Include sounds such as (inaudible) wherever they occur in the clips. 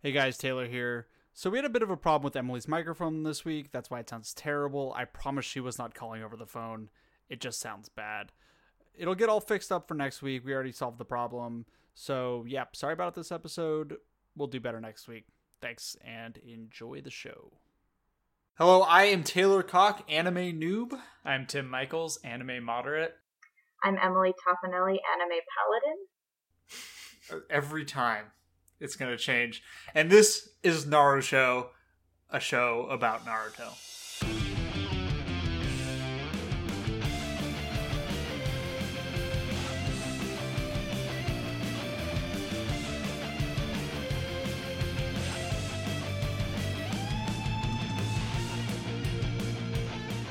Hey guys, Taylor here. So, we had a bit of a problem with Emily's microphone this week. That's why it sounds terrible. I promise she was not calling over the phone. It just sounds bad. It'll get all fixed up for next week. We already solved the problem. So, yep, sorry about this episode. We'll do better next week. Thanks and enjoy the show. Hello, I am Taylor Cock, anime noob. I'm Tim Michaels, anime moderate. I'm Emily Toffanelli, anime paladin. Every time it's going to change. And this is Naruto Show, a show about Naruto.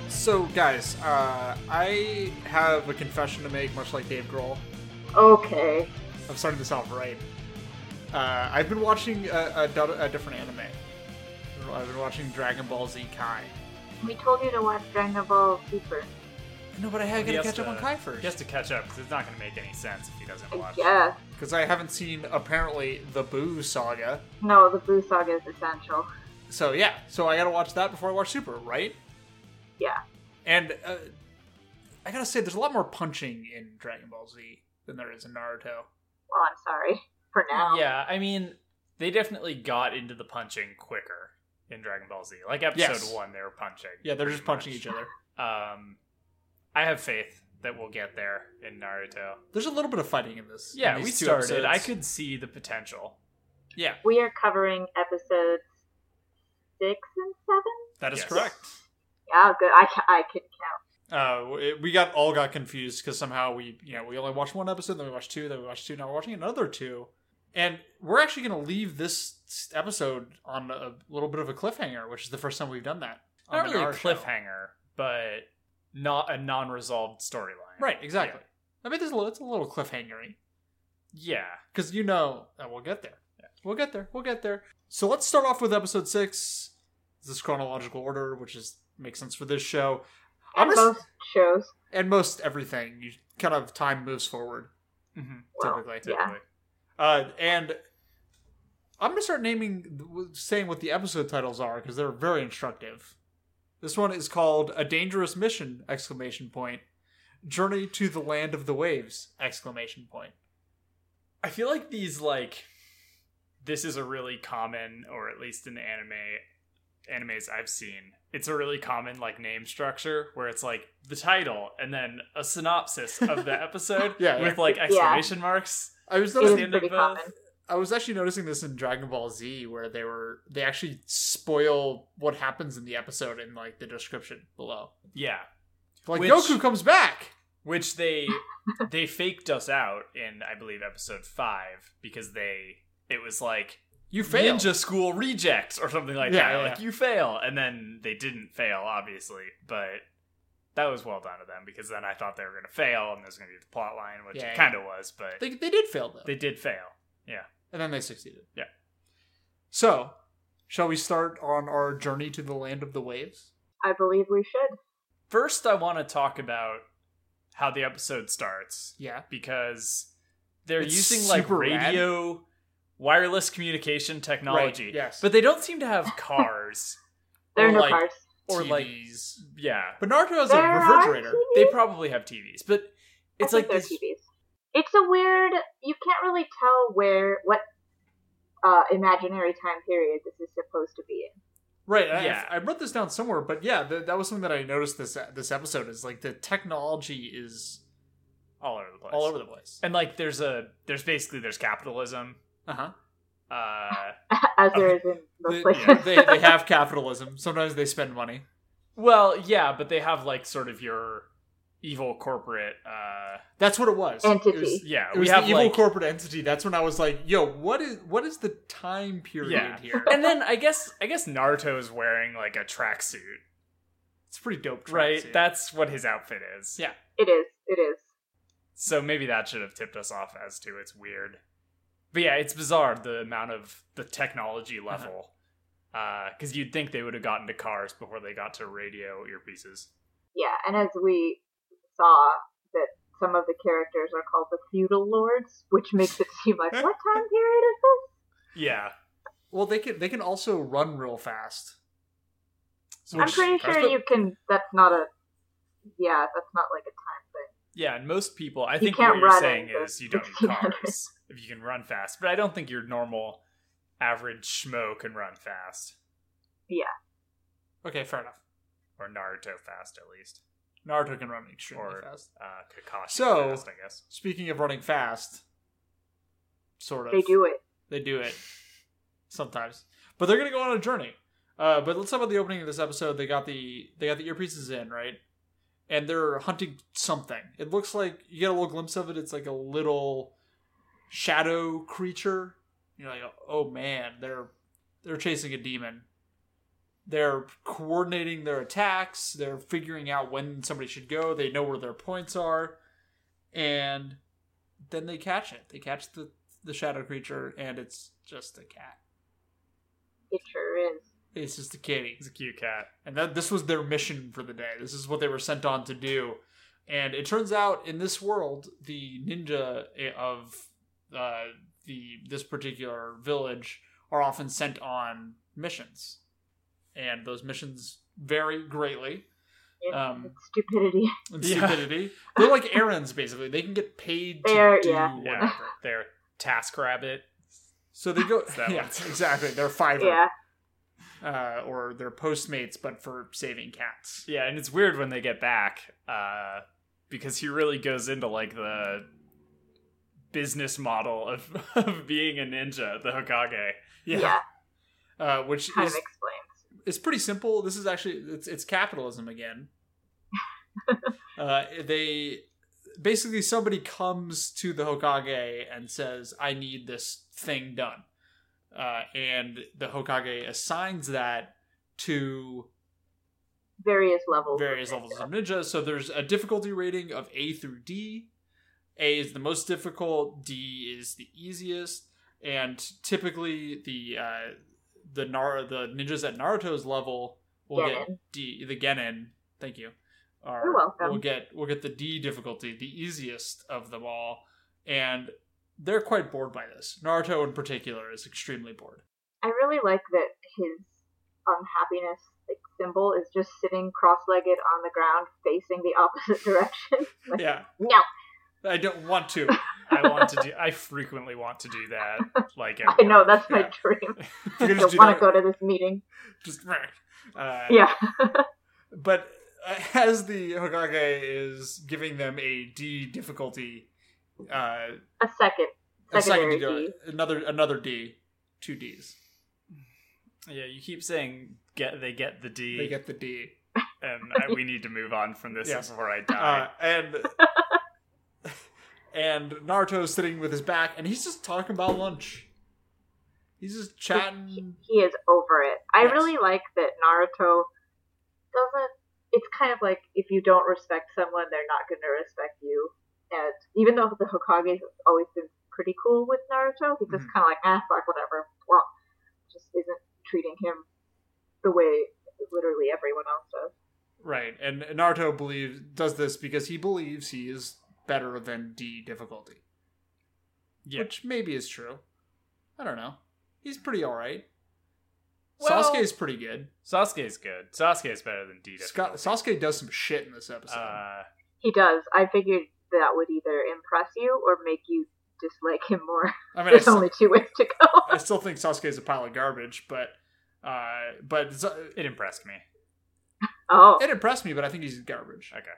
So, guys, uh, I have a confession to make, much like Dave Grohl. Okay. I'm starting this off right. Uh, I've been watching a, a, do- a different anime. I've been watching Dragon Ball Z Kai. We told you to watch Dragon Ball Super. No, but I have He to has catch up to- on Kai He first. has to catch up because it's not going to make any sense if he doesn't I watch. guess. Because I haven't seen, apparently, the Boo Saga. No, the Blue Saga is essential. So, yeah. So I gotta watch that before I watch Super, right? Yeah. And uh, I gotta say, there's a lot more punching in Dragon Ball Z than there is in Naruto. Well, I'm sorry. For now. Yeah, I mean, they definitely got into the punching quicker in Dragon Ball Z. Like episode Yes. one, they were punching. Yeah, they're pretty just punching much. each other. Um, I have faith that we'll get there in Naruto. There's a little bit of fighting in this. in Yeah, these we two started. I episodes. could see the potential. Yeah, We are covering episodes six and seven? that is Yes. correct. Yeah, good. I, ca- I could count. Uh, it- we got all got confused because somehow we, you know, we only watched one episode, then we watched two, then we watched two, now we're watching another two, and we're actually going to leave this s- episode on a little bit of a cliffhanger, which is the first time we've done that. on Not the really a Naruto show. cliffhanger, but not a non-resolved storyline. right? Exactly. I mean, there's a little, it's a little cliffhangery Yeah. because you know uh, we'll get there, we'll get there, we'll get there. So let's start off with episode six. This is chronological order, which is makes sense for this show. I'm And just- most shows. and most everything, you kind of time moves forward Yeah. hmm Well, typically. yeah. Uh, and I'm gonna start naming, saying what the episode titles are because they're very instructive. This one is called "A Dangerous Mission!" Exclamation point. Journey to the Land of the Waves! Exclamation point. I feel like these like this is a really common, or at least in anime animes I've seen, it's a really common like name structure where it's like the title and then a synopsis of the episode Yeah, with like exclamation marks. I was It That's noticing, the is end of pretty uh, both. common. I was actually noticing this in Dragon Ball Z where they were they actually spoil what happens in the episode in like the description below. Yeah, Like Which- Goku comes back. which they they faked us out in I believe episode five because they it was like You failed. ninja school rejects or something like Yeah, that. yeah. Like you fail, and then they didn't fail, obviously, but that was well done of them because then I thought they were going to fail and there's going to be the plot line, which Yeah, it yeah. kind of was, but they, They, they did fail though. did fail. And then they succeeded. Yeah. So, shall we start on our journey to the land of the waves? I believe we should. First, I want to talk about how the episode starts Yeah. because they're It's using like super rad. radio wireless communication technology, Right, yes. but they don't seem to (laughs) have cars There are Or, no like, cars. or like TVs. yeah. But Naruto has a There are refrigerator. TVs? They probably have TVs, but it's I like think they're this TVs. It's a weird. You can't really tell where what uh, imaginary time period this is supposed to be in. Right. I, Yeah. I wrote this down somewhere, but yeah, th- that was something that I noticed this this episode is like the technology is all over the place. all over the place. and like there's a there's basically there's capitalism Uh huh. uh As there is in They, most places. yeah, they they have capitalism. Sometimes they spend money. well yeah but they have like sort of your evil corporate uh That's what it was. It Entity. was- yeah It we was have the evil like corporate entity. That's when I was like, "Yo, what is what is the time period Yeah. here?" and then i guess i guess naruto is wearing like a tracksuit It's a pretty dope, right tracksuit. that's what his outfit is Yeah. (laughs) It is. It is. so maybe that should have tipped us off as to it's weird but yeah it's bizarre the amount of the technology level uh because you'd think they would have gotten to cars before they got to radio earpieces Yeah, and as we saw that some of the characters are (laughs) called the feudal lords, which makes it seem like what time period is this? yeah Well, they can they can also run real fast. So I'm which- pretty sure you can. That's not a. Yeah, that's not like a time thing. Yeah, and most people, I think can't what you're run saying over is you don't need 1600. cars if you can run fast. But I don't think your normal average schmo can run fast, Okay, fair enough. or Naruto fast at least, Naruto can run extremely Or- fast. uh, Kakashi So- fast, I guess. Speaking of running fast, sort of They do it. They do it sometimes, but they're gonna go on a journey. Uh, but let's talk about the opening of this episode. They got the they got the earpieces in right, and they're hunting something. It looks like you get a little glimpse of it. It's like a little shadow creature. You're like, oh man, they're they're chasing a demon. They're coordinating their attacks. They're figuring out when somebody should go. They know where their points are, and then they catch it. They catch the the shadow creature, and it's just a cat. It sure is. It's just a kitty. He's a cute cat. And that this was their mission for the day. This is what they were sent on to do. And it turns out in this world, the ninja eh, of uh, the this particular village are often sent on missions, and those missions vary greatly It's, Um, (laughs) it's stupidity. in Yeah. stupidity. They're like errands, basically. They can get paid to They are- do yeah. whatever. Yeah, they're Task Rabbit. So they go. It's that (laughs) yeah, one. exactly. They're Fiverr. Yeah. uh, or they're Postmates, but for saving cats. Yeah, and it's weird when they get back uh, because he really goes into like the business model of, (laughs) of being a ninja, the Hokage. Yeah. Uh, which Kind is, of explains. is pretty simple. This is actually it's it's capitalism again. uh, they basically somebody comes to the Hokage and says, "I need this thing done," uh, and the Hokage assigns that to Various levels. of various it. levels of ninja. So there's a difficulty rating of A through D. A is the most difficult. D is the easiest. And typically the uh, the Nar- the ninjas at Naruto's level will get Genin. D the Genin. Thank you. Are, You're welcome. We'll get we'll get the D difficulty, the easiest of them all, and they're quite bored by this. Naruto in particular is extremely bored. I really like that his unhappiness like symbol is just sitting cross-legged on the ground, facing the opposite (laughs) direction. Like, Yeah, No, I don't want (laughs) to. I want to do. I frequently want to do that. Like at (laughs) I know work. that's my Yeah. (laughs) dream. If you're I gonna just don't do want that, to go to this meeting. just uh, Yeah, But uh, (laughs) as the Hokage is giving them a D difficulty, uh, a second. a second Secondary D, another another D, two Ds. Yeah, you keep saying get they get the D, They get the D, (laughs) and I, we need to move on from this Yeah. before I uh, die. and (laughs) and Naruto's sitting with his back, and he's just talking about lunch. He's just chatting. He is over it. I Yes. really like that Naruto doesn't. It's kind of like if you don't respect someone, they're not going to respect you. And even though the Hokage's always been pretty cool with Naruto, he's just Mhm. kind of like, ah, fuck, whatever. Well, just isn't treating him the way literally everyone else does. Right, and Naruto believes does this because he believes he is better than D difficulty. Yeah. Which maybe is true. I don't know. He's pretty all right. Well- Sasuke's pretty good. Sasuke's good. Sasuke's better than D. Scott, um, Sasuke does some shit in this episode. Uh, He does. I figured that would either impress you or make you dislike him more. (laughs) I mean, I, There's still, only two ways to go. I still think Sasuke's a pile of garbage, but uh, but Z- it impressed me. Oh, it impressed me. But I think he's garbage. Okay.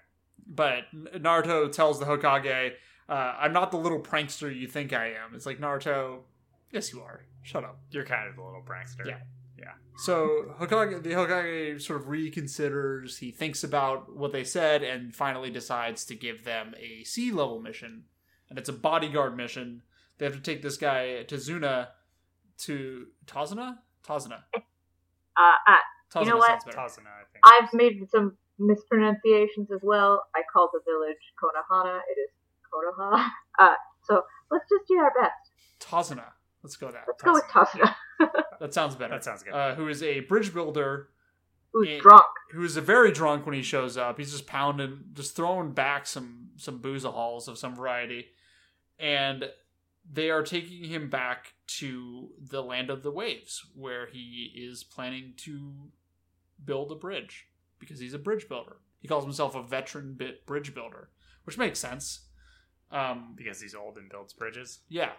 But N- Naruto tells the Hokage, uh, "I'm not the little prankster you think I am." It's like Naruto, yes, you are. Shut up. You're kind of the little prankster. Yeah. So Hokage, the Hokage sort of reconsiders. He thinks about what they said, and finally decides to give them a sea level mission, and it's a bodyguard mission. They have to take this guy Tazuna to Tazuna, Tazuna, uh, I, Tazuna You know sounds what? better. Tazuna, I think. I've made some mispronunciations as well. I call the village Konohana. It is Konoha. (laughs) Uh, so let's just do our best. Tazuna. Let's go with that. Let's go with Tasuna, That sounds better. that sounds good. Uh, who is a bridge builder who's Yeah. drunk. who is very drunk when he shows up. He's just pounding, just throwing back some some booze halls of some variety, and they are taking him back to the land of the waves, where he is planning to build a bridge because he's a bridge builder. He calls himself a veteran bit bridge builder, which makes sense. Um, because he's old and builds bridges. yeah,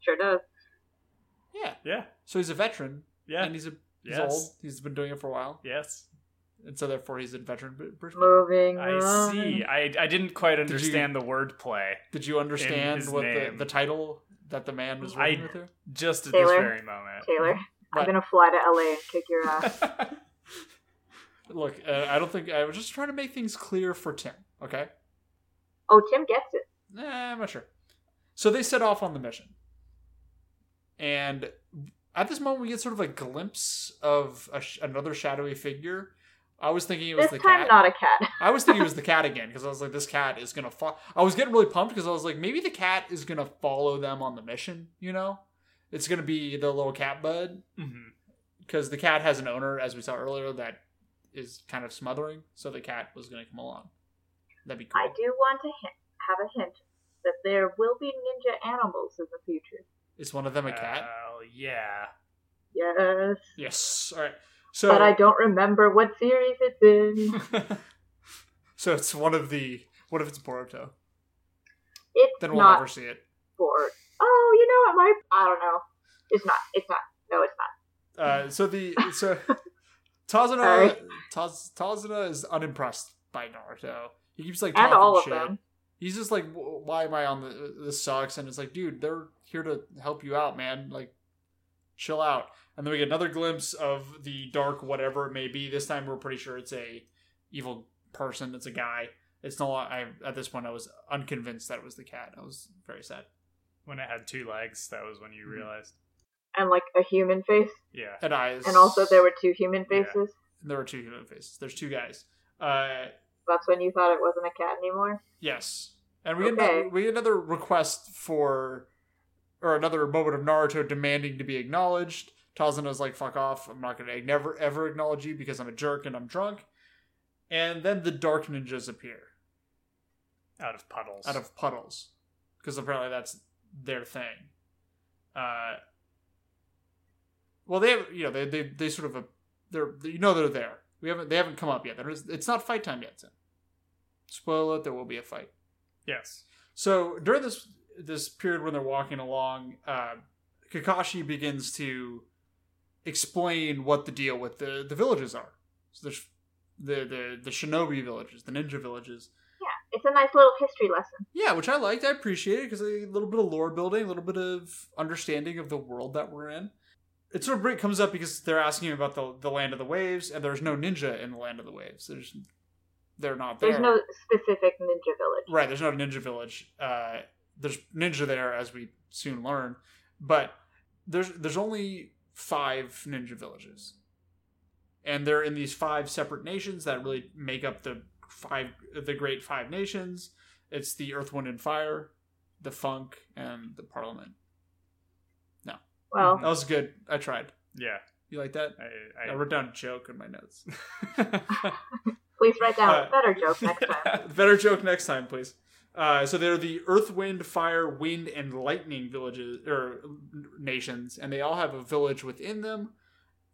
Sure does. yeah. Yeah, So he's a veteran, yeah, and he's a he's Yes. old. He's been doing it for a while, yes. and so therefore he's a veteran bri- bridge builder. Moving. I on. see. I, I didn't quite you- understand the wordplay Did you understand his what the, name. the title that the man was I- working with? There? just at Taylor? this very moment. Taylor, I'm What? gonna fly to LA and kick your ass. (laughs) Look, uh, I don't think I was just trying to make things clear for Tim. Okay, oh, Tim gets it. Nah, I'm not sure. So they set off on the mission, and at this moment we get sort of a glimpse of a sh- another shadowy figure. I was thinking it was This the time, cat. not a cat. I was thinking it was the cat again because I was like, this cat is gonna fall. I was getting really pumped because I was like, maybe the cat is gonna follow them on the mission. You know, it's gonna be the little cat bud hmm because the cat has an owner, as we saw earlier, that is kind of smothering. So the cat was going to come along. That'd be I cool. do want to hint, have a hint that there will be ninja animals in the future. Is one of them a cat? Oh yeah. Yes, yes. All right. but I So, don't remember what series it's in. (laughs) so it's one of the. What if it's Boruto? It's Then we'll not never see it. bored. Oh, you know, it might. I don't know. It's not. It's not. No, it's not. Uh, so the (laughs) so Tazuna Taz, Tazuna is unimpressed by Naruto. He keeps like And talking all of shit. them. He's just like, "W- why am I on the? This sucks. And it's like, dude, they're here to help you out, man. Like, chill out. And then we get another glimpse of the dark whatever it may be. This time we're pretty sure it's a evil person. It's a guy. It's no. I at this point I was unconvinced that it was the cat. I was very sad. When it had two legs, that was when you Mhm. realized. And like a human face. Yeah. And eyes. And also, there were two human Yeah. faces. there were two human faces. There's two guys. Uh, That's when you thought it wasn't a cat anymore. Yes, and we get Okay. another, we get another request for, or another moment of Naruto demanding to be acknowledged. Tazuna's like, "Fuck off! I'm not gonna never ever acknowledge you because I'm a jerk and I'm drunk." And then the dark ninjas appear Out of puddles. out of puddles, because apparently that's their thing. Uh, well, they have you know they they, they sort of a they're you know they're there. We haven't they haven't come up yet. There is it's not fight time yet. Tim. Spoiler: alert, There will be a fight. yes. So during this this period when they're walking along, uh, Kakashi begins to explain what the deal with the the villages are. So there's the the the shinobi villages, the ninja villages. It's a nice little history lesson. Yeah, which I liked. I appreciated because a little bit of lore building, a little bit of understanding of the world that we're in. It sort of bring- comes up because they're asking him about the the land of the waves, and there's no ninja in the land of the waves. There's they're not there. There's no specific ninja village. Right, there's no ninja village. Uh, there's ninja there, as we soon learn, but there's there's only five ninja villages, and they're in these five separate nations that really make up the five the great five nations. It's the Earth, Wind, and Fire, the Funk, and the Parliament. Well, That was good. I tried. Yeah. You like that? I I, I, wrote down a joke in my notes. Mm-hmm. please write down Uh, a better joke (laughs) next time. (laughs) Better joke next time, please. Uh, so they're the Earth, Wind, Fire, Wind, and Lightning villages or nations, and they all have a village within them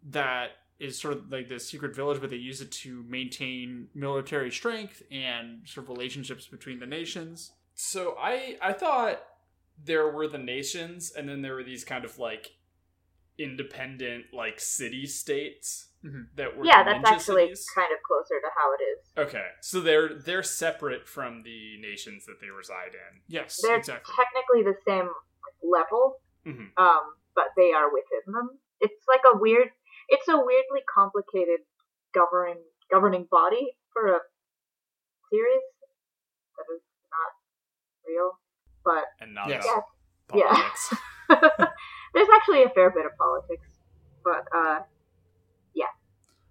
that is sort of like the secret village, but they use it to maintain military strength and sort of relationships between the nations. so So I I thought there were the nations, and then there were these kind of like independent like city states Mhm. that were Yeah, that's ninja actually cities. kind of closer to how it is. Okay, so they're they're separate from the nations that they reside in. yes, They're exactly. technically the same level, Mhm. um, but they are within them. It's like a weird, it's a weirdly complicated governing governing body for a series that is not real. But (laughs) and not Yes. about Yeah. politics. there's actually a fair bit of politics. But uh,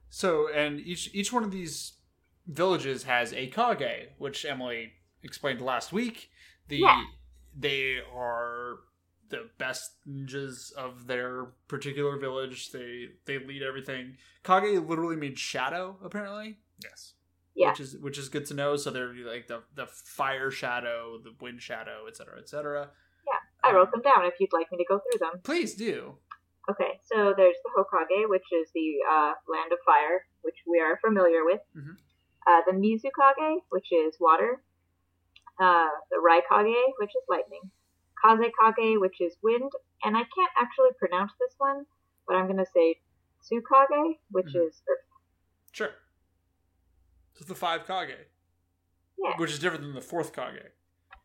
So, and each each one of these villages has a kage, which Emily explained last week. The Yeah. they are the best ninjas of their particular village. They they lead everything. Kage literally means shadow, apparently. (laughs) yes. (laughs) Yeah. Which is which is good to know. So they're like the the fire shadow, the wind shadow, etc., cetera, etc. Cetera. Yeah. I wrote them down if you'd like me to go through them. Please do. Okay, so there's the Hokage, which is the uh, land of fire, which we are familiar with. Mhm. Uh, the Mizukage, which is water. Uh, the Raikage, which is lightning. Kazekage, which is wind. And I can't actually pronounce this one, but I'm going to say Tsukage, which Mhm. is er, earth. Sure. So it's the five Kage, Yeah. which is different than the fourth Kage.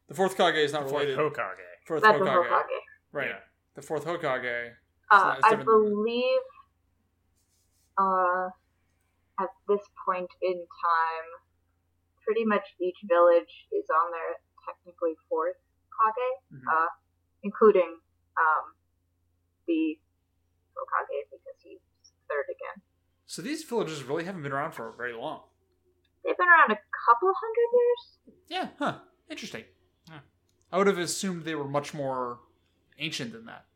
The fourth Kage is not The fourth related. Hokage. fourth That's the Hokage. Hokage. Right. Yeah. The fourth Hokage. Uh, it's I different than the- believe uh, at this point in time, pretty much each village is on their technically fourth Kage, Mhm. uh, including um, the Hokage because he's third again. So these villages really haven't been around for very long. They've been around a couple hundred years. Yeah, huh. Interesting. Yeah. I would have assumed they were much more ancient than that.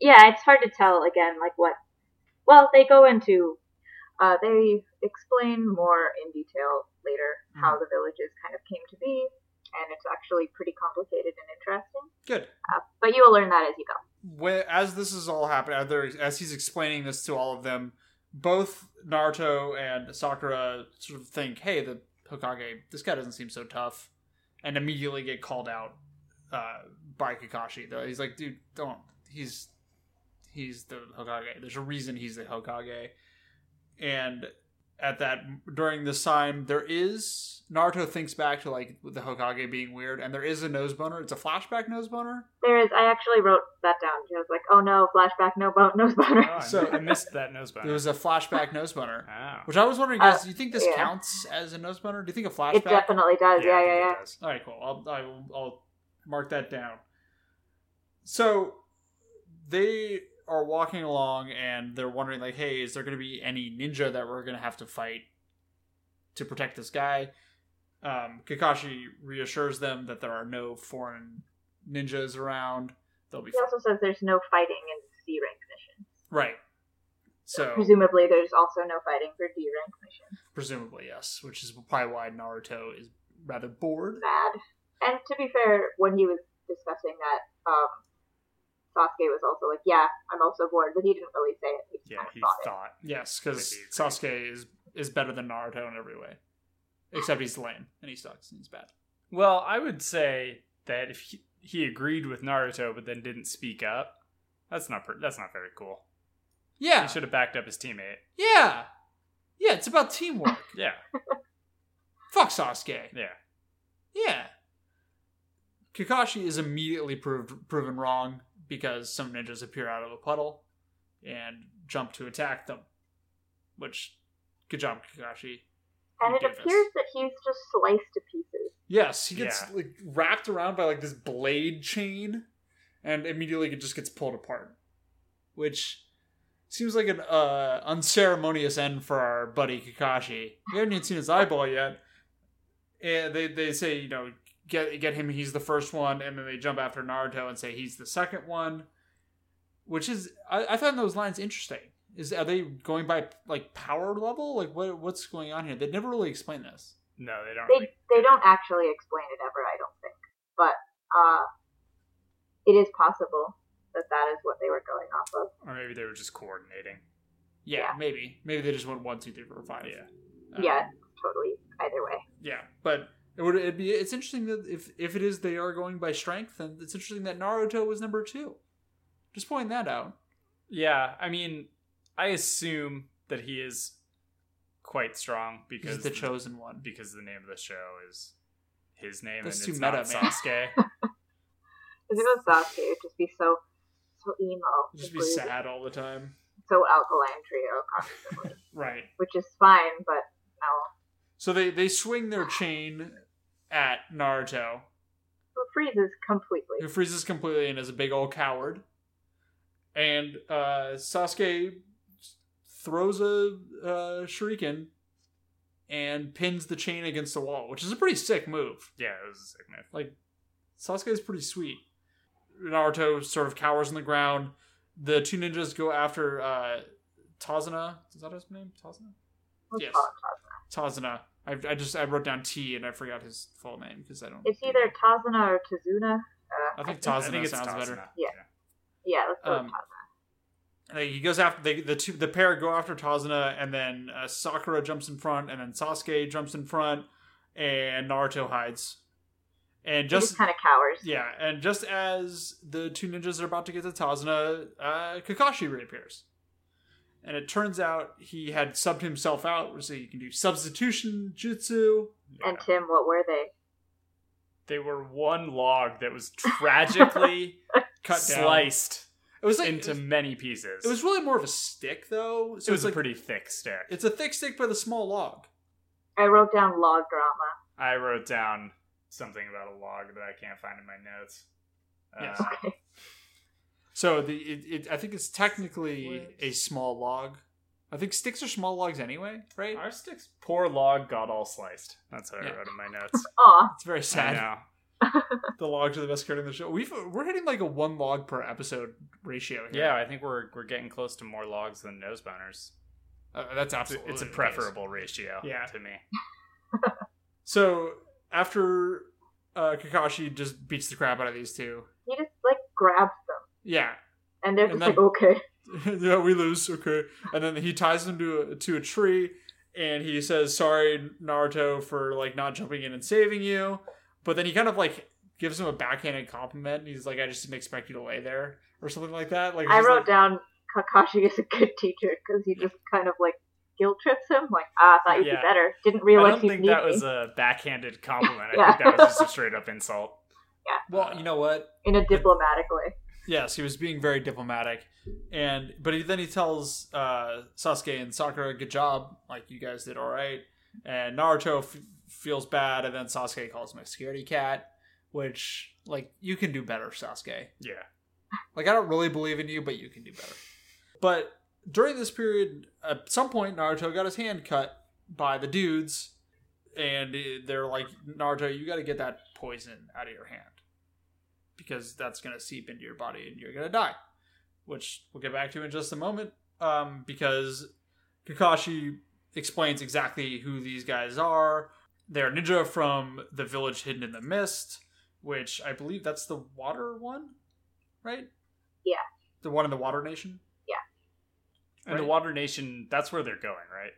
Yeah, it's hard to tell again, like what. Well, they go into. Uh, they explain more in detail later how the villages kind of came to be, and it's actually pretty complicated and interesting. Good. Uh, but you will learn that as you go. Whe- as this is all happening, as, they're- as he's explaining this to all of them, both Naruto and Sakura sort of think, "Hey, the Hokage, this guy doesn't seem so tough," and immediately get called out uh, by Kakashi. Though he's like, "Dude, don't. He's he's the Hokage. There's a reason he's the Hokage." And at that, during this time, there is Naruto thinks back to like the Hokage being weird, and there is a nose boner. It's a flashback nose boner. There is. I actually wrote that down. I was like, "Oh no, flashback, no bone, no boner." Oh, I, (laughs) So- I missed that nose There bone. was a flashback nose boner, Ah. which I was wondering, Uh, guys, do you think this yeah. counts as a nose boner? Do you think a (laughs) it Oh, flashback? definitely does. Yeah, I yeah, yeah. think it does. All right, cool. I'll, I will, I'll mark that down. So they are walking along and they're wondering, like, hey, is there going to be any ninja that we're going to have to fight to protect this guy? Um, Kakashi reassures them that there are no foreign ninjas around. They'll be He also says there's no fighting in C rank missions. right. So Presumably, there's also no fighting for D rank missions. Presumably, yes, which is probably why Naruto is rather bored. Bad. And to be fair, when he was discussing that, um, Sasuke was also like, "Yeah, I'm also bored," but he didn't really say it. He just Yeah, kind of he thought it. thought. Yes, because Maybe it's- Sasuke is is better than Naruto in every way, except he's lame and he sucks and he's bad. Well, I would say that if he, he agreed with Naruto but then didn't speak up, that's not per- that's not very cool. Yeah, He should have backed up his teammate. yeah, yeah. It's about (laughs) teamwork. Yeah, Fuck Sasuke. yeah. Yeah. Kakashi is immediately proved proven wrong because some ninjas appear out of a puddle and jump to attack them. Which, good job, Kakashi. And You it do this. appears that he's just sliced to pieces. Yes, he gets Yeah. like wrapped around by like this blade chain, and immediately it just gets pulled apart, which seems like an uh, unceremonious end for our buddy Kakashi. We haven't even seen his eyeball yet, and they they say you know get get him he's the first one, and then they jump after Naruto and say he's the second one, which is I, I found those lines interesting. Is are they going by like power level? Like what what's going on here? They never really explain this. No, they don't. They Really, they don't actually explain it ever, I don't think. But uh, it is possible that that is what they were going off of. or maybe they were just coordinating. Yeah, Yeah. maybe. Maybe they just went one, two, three, four, five. Yeah. Um, yeah, totally. Either way. Yeah. But it would it'd be it's interesting that if if it is they are going by strength, then it's interesting that Naruto was number two. Just pointing that out. Yeah, I mean, I assume that he is quite strong because He's the chosen one. because the name of the show is his name That's and too it's meta, not man. Sasuke. (laughs) If it was Sasuke, it would just be so so emo. Just be It's really sad all the (laughs) time. So alkaline trio, Right. which is fine, but no. So they, they swing their chain at Naruto, It freezes completely. who freezes completely and is a big old coward. And uh, Sasuke throws a uh, shuriken and pins the chain against the wall, which is a pretty sick move. yeah, it was a sick move. Like Sasuke is pretty sweet. Naruto sort of cowers on the ground. The two ninjas go after uh, Tazuna. Is that his name? Tazuna. Let's yes. call it Tazuna. Tazuna. I, I just I wrote down T and I forgot his full name because I don't. It's either Tazuna or Tazuna. I Uh, I think I Tazuna think it's sounds better. Tazuna. Yeah. yeah, let's go Um, with Tazuna. And he goes after they, the two. The pair go after Tazuna, and then uh, Sakura jumps in front, and then Sasuke jumps in front, and Naruto hides. And He just just kind of cowers. yeah, and just as the two ninjas are about to get to Tazuna, uh, Kakashi reappears, and it turns out he had subbed himself out, so you can do substitution jutsu. Yeah. And Tim, what were they? They were one log that was tragically Cut down. sliced It was like into it was, many pieces. it was really more of a stick though. It So was it's a like, pretty thick stick. It's a thick stick, but a small log. I wrote down log (laughs) drama. I wrote down something about a log that I can't find in my notes. Yes. Uh, Okay. So the it, it, I think it's technically a small log. I think sticks are small logs anyway, right? our sticks, poor log got all sliced. That's what Yeah. I wrote in my notes. Aw, It's very I (laughs) sad. know. (laughs) The logs are the best card in the show. We've we're hitting like a one log per episode ratio here. Yeah, I think we're we're getting close to more logs than nose boners. Uh, that's It's a, absolutely it's a the case. preferable ratio Yeah. to me. So after uh, Kakashi just beats the crap out of these two. he just like grabs them, Yeah, (laughs) and they're And just then- like, okay. yeah, we lose. Okay, and then he ties them to a, to a tree, and he says, "Sorry, Naruto, for like not jumping in and saving you." But then he kind of like gives him a backhanded compliment, and he's like, "I just didn't expect you to lay there," or something like that. Like I he's wrote like- down Kakashi is a good teacher because he just kind of like guilt trips him. Like, ah, I thought you'd Yeah. be better. Didn't I realize don't you think need that me. was a backhanded compliment. Yeah. I think that was just a straight up insult. Well, you know what? in a diplomatic way. Yes, he was being very diplomatic, and but he, then he tells uh, Sasuke and Sakura, "Good job, like you guys did all right." And Naruto f- feels bad, and then Sasuke calls him a scaredy cat, which like you can do better, Sasuke. Yeah. Like I don't really believe in you, but you can do better. But during this period, at some point, Naruto got his hand cut by the dudes, and uh, they're like, "Naruto, you got to get that poison out of your hand because that's gonna seep into your body and you're gonna die." Which we'll get back to in just a moment, um, because Kakashi explains exactly who these guys are. They're ninja from the village hidden in the mist, which I believe that's the water one, right? Yeah. The one in the water nation. And the Right. Water Nation, that's where they're going, right?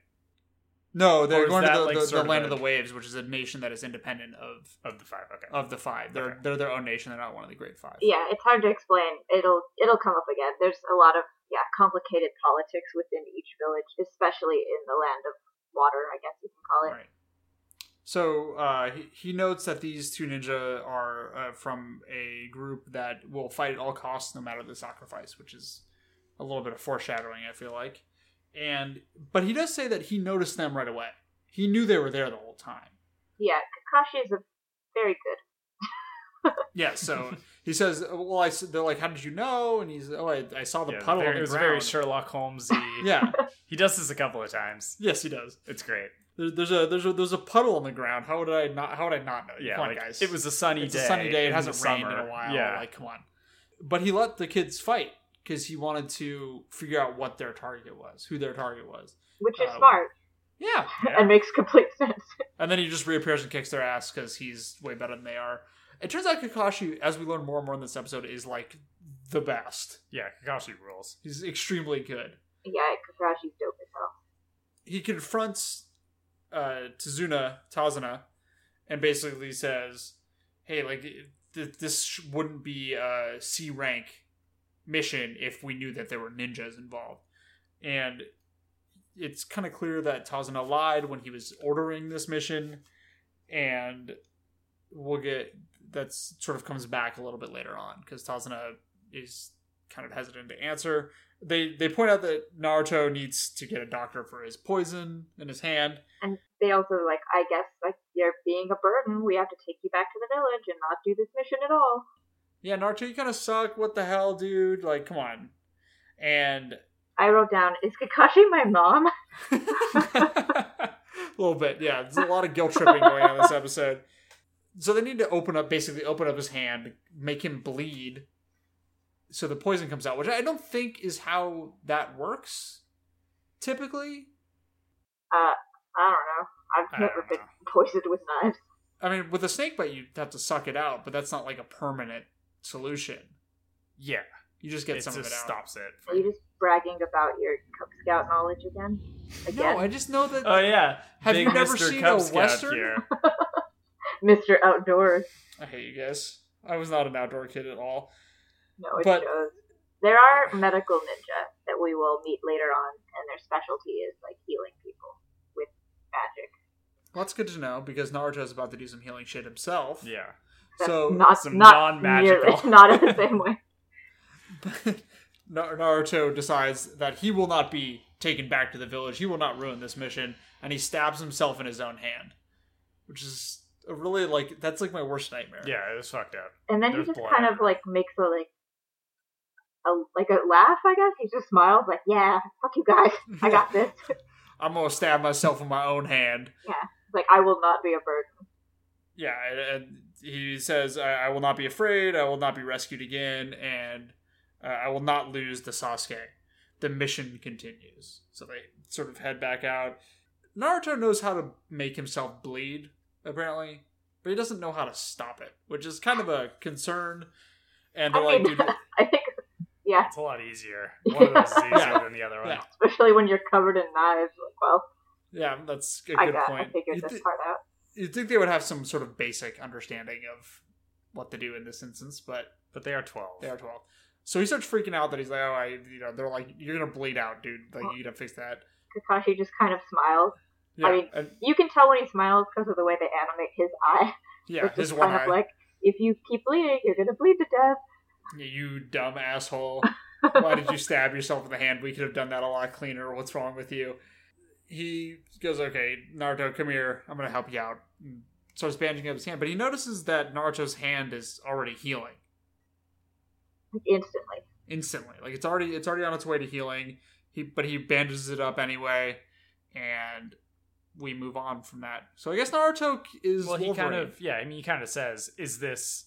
No, Or they're is going to that, the, like, the, sort the of land a- of the waves, which is a nation that is independent of Of the five, okay. of the five. They're Okay. they're their own nation. They're not one of the great five. Yeah, it's hard to explain. It'll it'll come up again. There's a lot of yeah complicated politics within each village, especially in the land of water. I guess you can call it. Right. So uh, he, he notes that these two ninja are uh, from a group that will fight at all costs, no matter the sacrifice, which is a little bit of foreshadowing, I feel like. And but he does say that he noticed them right away. He knew they were there the whole time. Yeah, Kakashi is a very good. Yeah. (laughs) So he says, uh, "Well, I." s- They're like, "How did you know?" And he's, "Oh, I, I saw the Yeah, puddle very- on the it was ground." very Sherlock Holmesy. (laughs) Yeah. He does this a couple of times. Yes, he does. It's great. There, there's a there's a there's a puddle on the ground. How would I not? How would I not know? Yeah, come on, like, guys. it was a sunny it's day. a sunny day. It in hasn't the rained in summer. a while. Yeah, (laughs) Like, come on. But he let the kids fight because he wanted to figure out what their target was, who their target was. Which is Uh, smart Yeah. Um, yeah. and makes (laughs) complete sense. And then he just reappears and kicks their ass because he's way better than they are. It turns out Kakashi, as we learn more and more in this episode, is like the best. yeah. Kakashi rules. He's extremely good. yeah, Kakashi's dope as hell. he confronts uh, Tazuna Tazuna and basically says, "Hey, like th- this sh- wouldn't be a C rank mission if we knew that there were ninjas involved." And it's kind of clear that Tazuna lied when he was ordering this mission, and we'll get that sort of comes back a little bit later on because Tazuna is kind of hesitant to answer they they point out that Naruto needs to get a doctor for his poison in his hand. And they also are like, I guess like you're being a burden. We have to take you back to the village and not do this mission at all. Yeah, Naruto, you kind of suck. What the hell, dude? Like, come on. And (laughs) I wrote down, is Kakashi my mom? (laughs) a little bit, yeah. There's a lot of guilt tripping going on in this episode. So they need to open up, basically, open up his hand, make him bleed, so the poison comes out, which I don't think is how that works. Typically, I don't know. I've I never don't been know. poisoned with knives. I mean, with a snake bite, you have to suck it out, but that's not like a permanent solution. Yeah, You just get it some just of it out. stops it. Are you just bragging about your Cub Scout knowledge again? Again, No, I just know that Oh yeah, Have Big you never Mr. seen Cub a Scout Western? (laughs) Here. Mr. Outdoors. I hate you guys. I was not an outdoor kid at all. No, it But- shows. There are medical ninja that we will meet later on, and their specialty is like healing people with magic. Well, that's good to know because Naruto's about to do some healing shit himself. (laughs) Yeah, That's So not some not non-magical. nearly, (laughs) (laughs) not in the same way. Na- Naruto decides that he will not be taken back to the village. He will not ruin this mission, and he stabs himself in his own hand, which is a really like that's like my worst nightmare. yeah, it was fucked up. And then he There's just blood kind of everywhere. like makes a like a like a laugh, I guess. He just smiles like, "Yeah, fuck you guys, (laughs) I got this." (laughs) I'm gonna stab myself in my own hand. like, I will not be a burden. Yeah, and, and he says, I-, "I will not be afraid. I will not be rescued again, and uh, I will not lose the Sasuke." The mission continues, so they sort of head back out. Naruto knows how to make himself bleed, apparently, but he doesn't know how to stop it, which is kind of a concern. And they're I like, mean- "Dude, (laughs) I think, yeah, It's a lot easier. One of those is easier (laughs) Yeah. than the other one. Yeah. especially when you're covered in knives. Like, well, yeah, that's a (laughs) I good got, I point." figured You this thi- part out. you'd think they would have some sort of basic understanding of what to do in this instance, but But they are twelve. They are twelve. So he starts freaking out that he's like, oh, I, you know, they're like, you're gonna bleed out, dude. Like, you gotta fix that. Kakashi just kind of smiles. Yeah, I mean- and- You can tell when he smiles because of the way they animate his eye. yeah, It's his just one kind eye. of like, if you keep bleeding, you're gonna bleed to death. Yeah, you dumb (laughs) asshole. Why did you stab yourself in the hand? We could have done that a lot cleaner. What's wrong with you? He goes, okay, Naruto, come here. I'm gonna help you out. And Starts bandaging up his hand, but he notices that Naruto's hand is already healing. Like, instantly. instantly. Like it's already it's already on its way to healing. He but he bandages it up anyway, and we move on from that. So I guess Naruto is Well, he kind Wolverine. of yeah. I mean, he kind of says, "Is this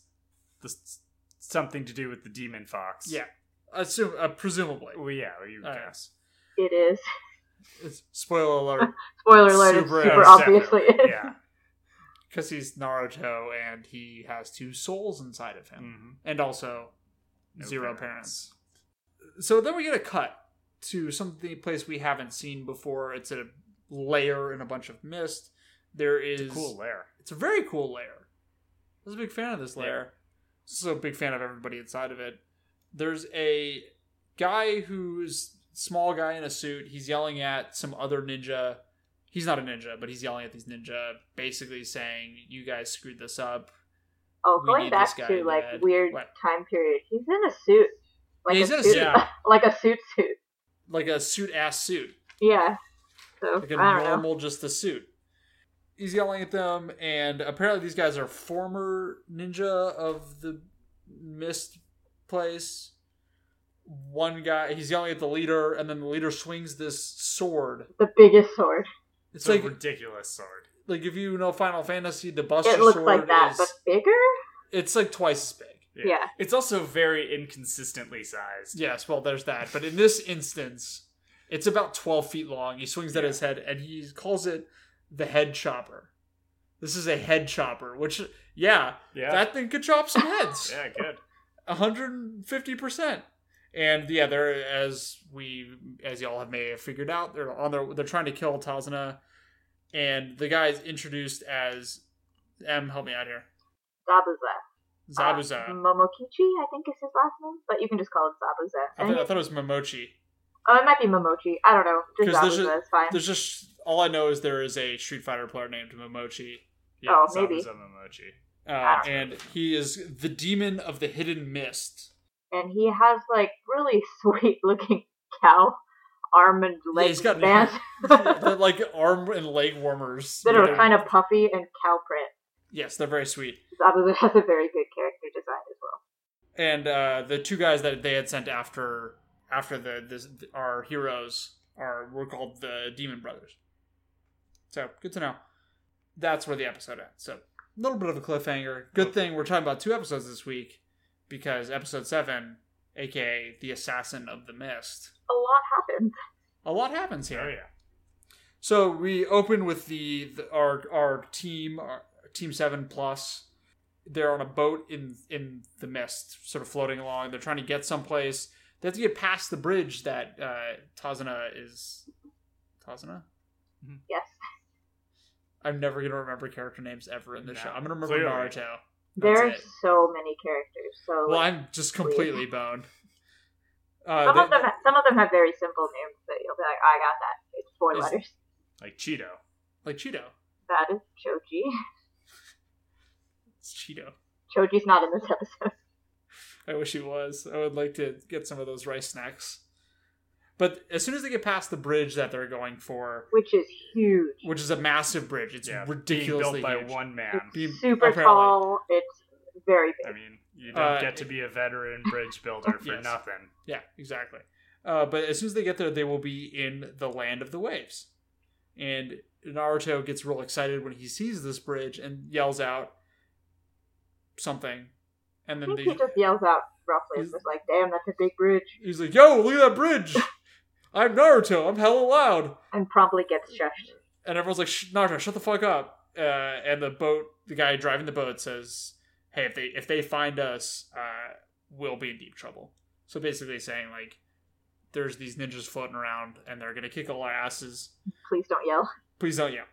this something to do with the demon fox?" yeah, assume uh, presumably. Well, yeah. You Uh, guess. (laughs) It is. It's spoiler (laughs) alert Spoiler alert, it's Super- super Yeah, obviously definitely, is. Yeah. because he's Naruto and he has two souls inside of him, Mhm. and also No Mm-hmm. zero parents. parents. So then we get a cut to something place we haven't seen before. It's a layer in a bunch of mist. There is It's a cool lair. It's a very cool lair. I was a big fan of this lair. So big fan of everybody inside of it. There's a guy who's small guy in a suit. He's yelling at some other ninja. He's not a ninja, but he's yelling at these ninja, basically saying, "You guys screwed this up." Oh, We going need this back guy to like dead. weird What? time period, he's in a suit. Like Yeah, he's a in a suit, suit. Yeah. like a suit suit. Like a suit ass suit, Yeah. So like a I don't know. normal just a suit. He's yelling at them, and apparently these guys are former ninja of the mist place. One guy, he's yelling at the leader, and then the leader swings this sword. The biggest sword. It's It's a like ridiculous sword. like if you know Final Fantasy, the Buster It looks sword like that, is- but bigger. it's like twice as big. Yeah. Yeah. It's also very inconsistently sized. Yes, well, there's that. But in this instance, it's about 12 feet long. He swings at his head and he calls it the head chopper. This is a head chopper, which, yeah, Yeah. that thing could chop some heads. (laughs) yeah. Good. 150%. And yeah, they're as we as y'all have may have figured out, they're on their they're trying to kill Tazna. And the guy is introduced as M help me out here. Zabuza. Uh, Zabuza. Momokichi, I think is his last name, but you can just call it Zabuza. I, And thought, I he- thought it was Momochi. oh, it might be Momochi. I don't know. Just 'Cause there's Zabuza a- is fine. There's just all I know is there is a Street Fighter player named Momochi, Yeah, Oh, maybe. Zabuza Momochi. uh, Ah. and he is the demon of the hidden mist. and he has like really (laughs) sweet looking cow arm and Yeah, leg he's got bands (laughs) They're like arm and leg warmers. (laughs) that are They're- kind of puffy and cow print. yes, they're very sweet. Zabuza has a very good character design as well. And uh, the two guys that they had sent after after the this, our heroes are were called the Demon Brothers. So good to know. That's where the episode ends. So a little bit of a cliffhanger. Good thing we're talking about two episodes this week because episode seven, aka the Assassin of the Mist, A lot happens. a lot happens here. Oh yeah. So we open with the, the our our team, our Team Seven uh, Plus, they're on a boat in in the mist, sort of floating along. They're trying to get someplace. They have to get past the bridge that uh, Tazana is. Tazana. Yes. I'm never gonna remember character names ever in this No, show. I'm gonna remember clearly. Naruto. That's There are it. so many characters. So Well, like, I'm just completely boned. Uh, some they- of them, ha- some of them have very simple names that you'll be like, I got that. It's four Is- letters. like Cheeto. like Cheeto. That is Choji. (laughs) It's Cheeto. Choji's not in this episode. (laughs) I wish he was. I would like to get some of those rice snacks. But as soon as they get past the bridge that they're going for, which is huge. which is a massive bridge, it's Yeah, ridiculously being built by huge. one man. (laughs) It's Be- super apparently. tall. It's very I big. mean, you don't Uh, get to be a veteran bridge builder for Yes. nothing. Yeah, exactly. Uh, but as soon as they get there, they will be in the land of the waves. And Naruto gets real excited when he sees this bridge and yells out something. And I then think they, he just yells out roughly. It's Is- just like, damn, that's a big bridge. he's like, "Yo, look at that (laughs) bridge! I'm Naruto. I'm hella loud." And promptly gets shushed. and everyone's like, "Shh, "Naruto, shut the fuck up!" Uh, and the boat, the guy driving the boat says, "Hey, if they if they find us, uh, we'll be in deep trouble." So basically, saying like, "There's these ninjas floating around, and they're gonna kick all our asses. Please don't yell. (laughs) Please don't yell."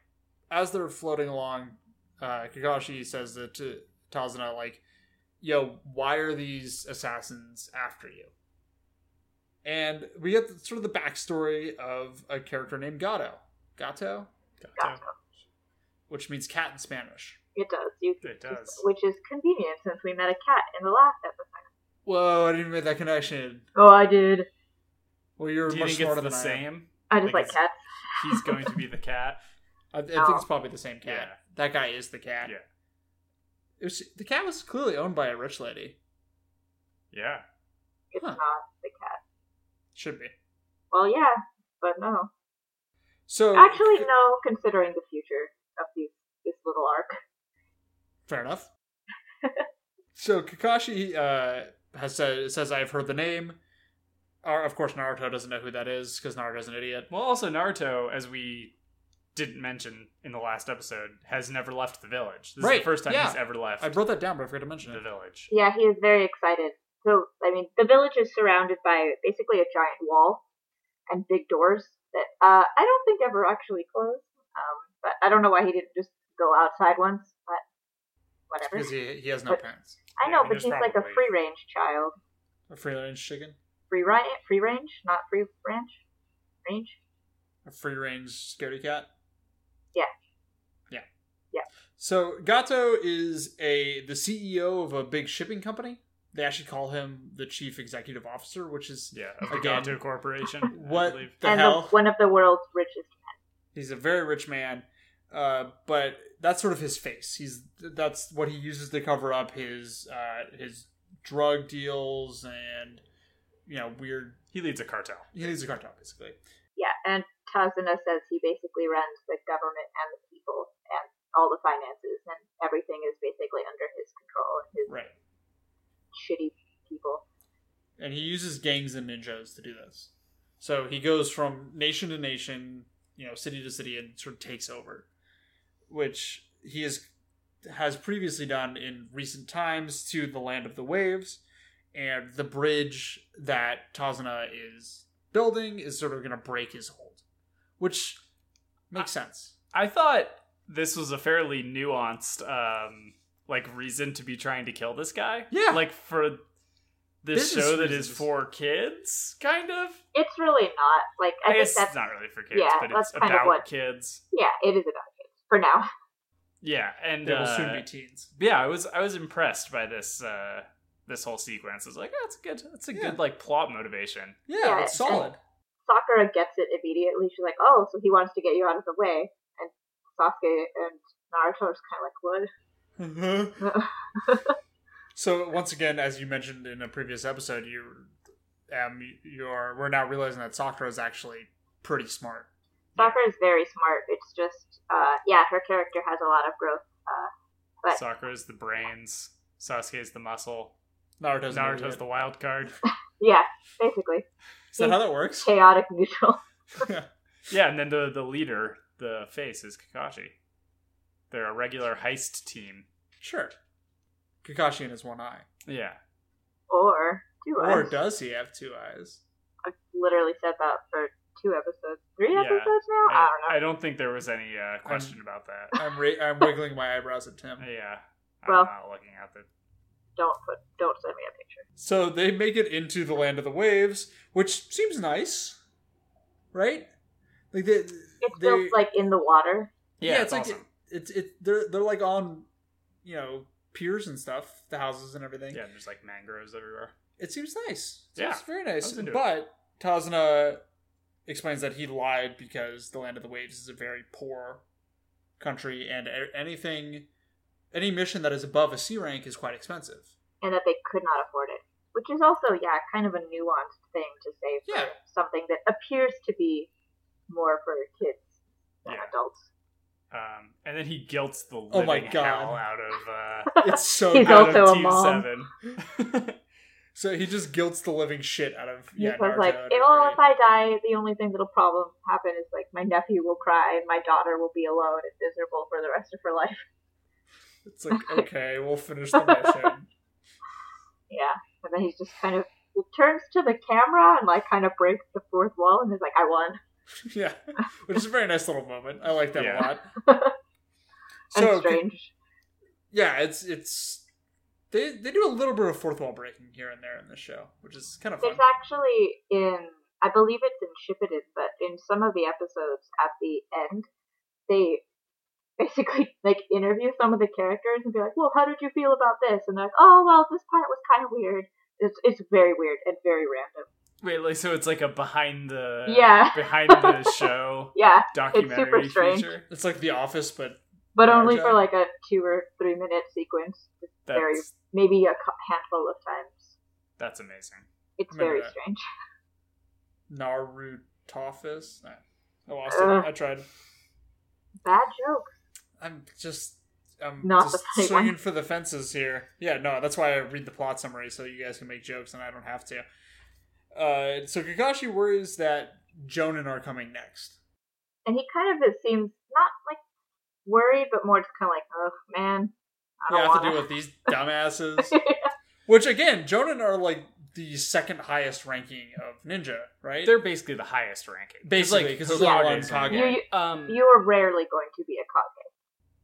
As they're floating along, uh, Kakashi says that to Tazuna, like, "Yo, why are these assassins after you?" And we get sort of the backstory of a character named Gato. Gato Gato. which means cat in Spanish. It does. You, It does. Which is convenient since we met a cat in the last episode. Whoa, I didn't even make that connection. Oh, I did. Well, you're Do you much think smarter it's the than same? I just Like like, it's- cats. He's going to be the cat. (laughs) I am. I, I No. think it's probably the same cat. Yeah. That guy is the cat. Yeah. It was, the cat was clearly owned by a rich lady. Yeah. It's Huh. not the cat. Should be. Well, yeah, but no. So Actually, no. Considering the future of these, this little arc, Fair (laughs) enough. so Kakashi uh, has said, says, "I have heard the name." Or, of course, Naruto doesn't know who that is because Naruto's an idiot. Well, also Naruto, as we didn't mention in the last episode, has never left the village. This is Right, the first time yeah. he's ever left I wrote that down, but I forgot to mention the it. village. yeah, he is very excited. So, I mean, the village is surrounded by basically a giant wall and big doors that uh, I don't think ever actually close. Um, but I don't know why he didn't just go outside once. But whatever. Because he, he has no But- parents. I know, but Yeah, there's he's like a probably- free range child. A free-range chicken, Free range, free range, not free range. Range. a free-range scaredy cat. Yeah. Yeah. Yeah. So Gato is a the CEO of a big shipping company. They actually call him the chief executive officer, which is Yeah, of the Again. Gato Corporation. I what believe. the and hell. The, one of the world's richest. He's a very rich man, uh, but that's sort of his face. He's that's what he uses to cover up his uh, his drug deals and you know weird. He leads a cartel. He leads a cartel basically. Yeah, and Tazuna says he basically runs the government and the people and all the finances, and everything is basically under his control and his Right. shitty people. and he uses gangs and ninjas to do this. So he goes from nation to nation, you know, city to city, and sort of takes over, which he is has previously done in recent times to the land of the waves, and the bridge that Tazuna is building is sort of going to break his hold, which makes sense. I thought this was a fairly nuanced, um, like reason to be trying to kill this guy. Yeah. like for this Business show that is reasons. for kids, kind of. It's really not like I, I, think guess it's that's not really for kids, yeah, but that's it's kind of about what- kids. yeah, it is about kids for now. (laughs) Yeah, and They will uh, soon be teens. yeah, I was I was impressed by this uh, this whole sequence. I was like, oh, that's good. That's a Yeah. good like plot motivation. Yeah, yeah, it's it's- solid. Sakura gets it immediately. She's like, "Oh, so he wants to get you out of the way," and Sasuke and Naruto are just kind of like, "What?" (laughs) so once again, as you mentioned in a previous episode, you um you're we're now realizing that Sakura is actually pretty smart. Sakura is very smart. It's just, uh, yeah, her character has a lot of growth. But- Sakura's the brains. Sasuke's the muscle. Naruto's an Naruto's idiot. the wild card. Yeah, basically Is that how that (laughs) works? chaotic (laughs) neutral. Yeah, and then the the leader, the face, is Kakashi. They're a regular heist team. sure. Kakashi and his one eye. Yeah. Or two Or eyes. does he have two eyes? I've literally said that for two episodes. Three Yeah. episodes now? I, I, don't know. I don't think there was any uh, question about that. I'm ra- I'm wiggling my eyebrows at Tim. Yeah. I'm Well. not looking at the. Don't put don't send me a picture. So they make it into the land of the waves, which seems nice, right? Like they, It's they, built like in the water. Yeah, it's, like awesome. it, it's it. They're they're like on, you know, piers and stuff, the houses and everything. yeah, there's like mangroves everywhere. It seems nice. It Yeah, seems very I nice. was into it. But Tazna explains that he lied because the land of the waves is a very poor country, and a- anything, any mission that is above a C rank is quite expensive. and that they could not afford it. Which is also, yeah, kind of a nuanced thing to say for Yeah. something that appears to be more for kids than Yeah. adults. Um, and then he guilts the living Oh my God. hell out (laughs) of uh, It's so He's good. out also of a Team mom. Seven. So he just guilts the living shit out of yeah, because Naruto like, and well, everybody. if I die, the only thing that'll problem happen is like my nephew will cry and my daughter will be alone and miserable for the rest of her life. It's like okay, we'll finish the mission. Yeah, and then he just kind of turns to the camera and like kind of breaks the fourth wall and is like, "I won." (laughs) yeah, which is a very nice little moment. I like that Yeah. a lot. (laughs) And So strange. yeah, it's it's they they do a little bit of fourth wall breaking here and there in this show, which is kind of fun. There's actually in I believe it's in Shippuden, but in some of the episodes at the end, they basically (laughs) like interview some of the characters and be like, "Well, how did you feel about this?" And they're like, "Oh, well, this part was kind of weird." It's it's very weird and very random. Wait, like so it's like a behind the Yeah. (laughs) behind the show Yeah, documentary strange. feature. It's like The Office, but but Yeah, only for exactly. like a two or three minute sequence. It's That's very maybe a cou- handful of times. that's amazing. It's Remember very that. strange. Naruto office. I lost Ugh. it. I tried. Bad joke. I'm just I'm Not the just funny swinging one. for the fences here. Yeah, no, that's why I read the plot summary so you guys can make jokes and I don't have to. Uh, so Kakashi worries that Jonin are coming next. and he kind of it seems not like worried, but more just kind of like, oh man, I You don't have want to deal with these dumbasses. to. Which again, Jonin are like the second highest ranking of ninja, right? They're basally the highest ranking. It's basically because like they're all on Hokage's Kage. ranking. you, you (laughs) Um, you are rarely going to be a Kage.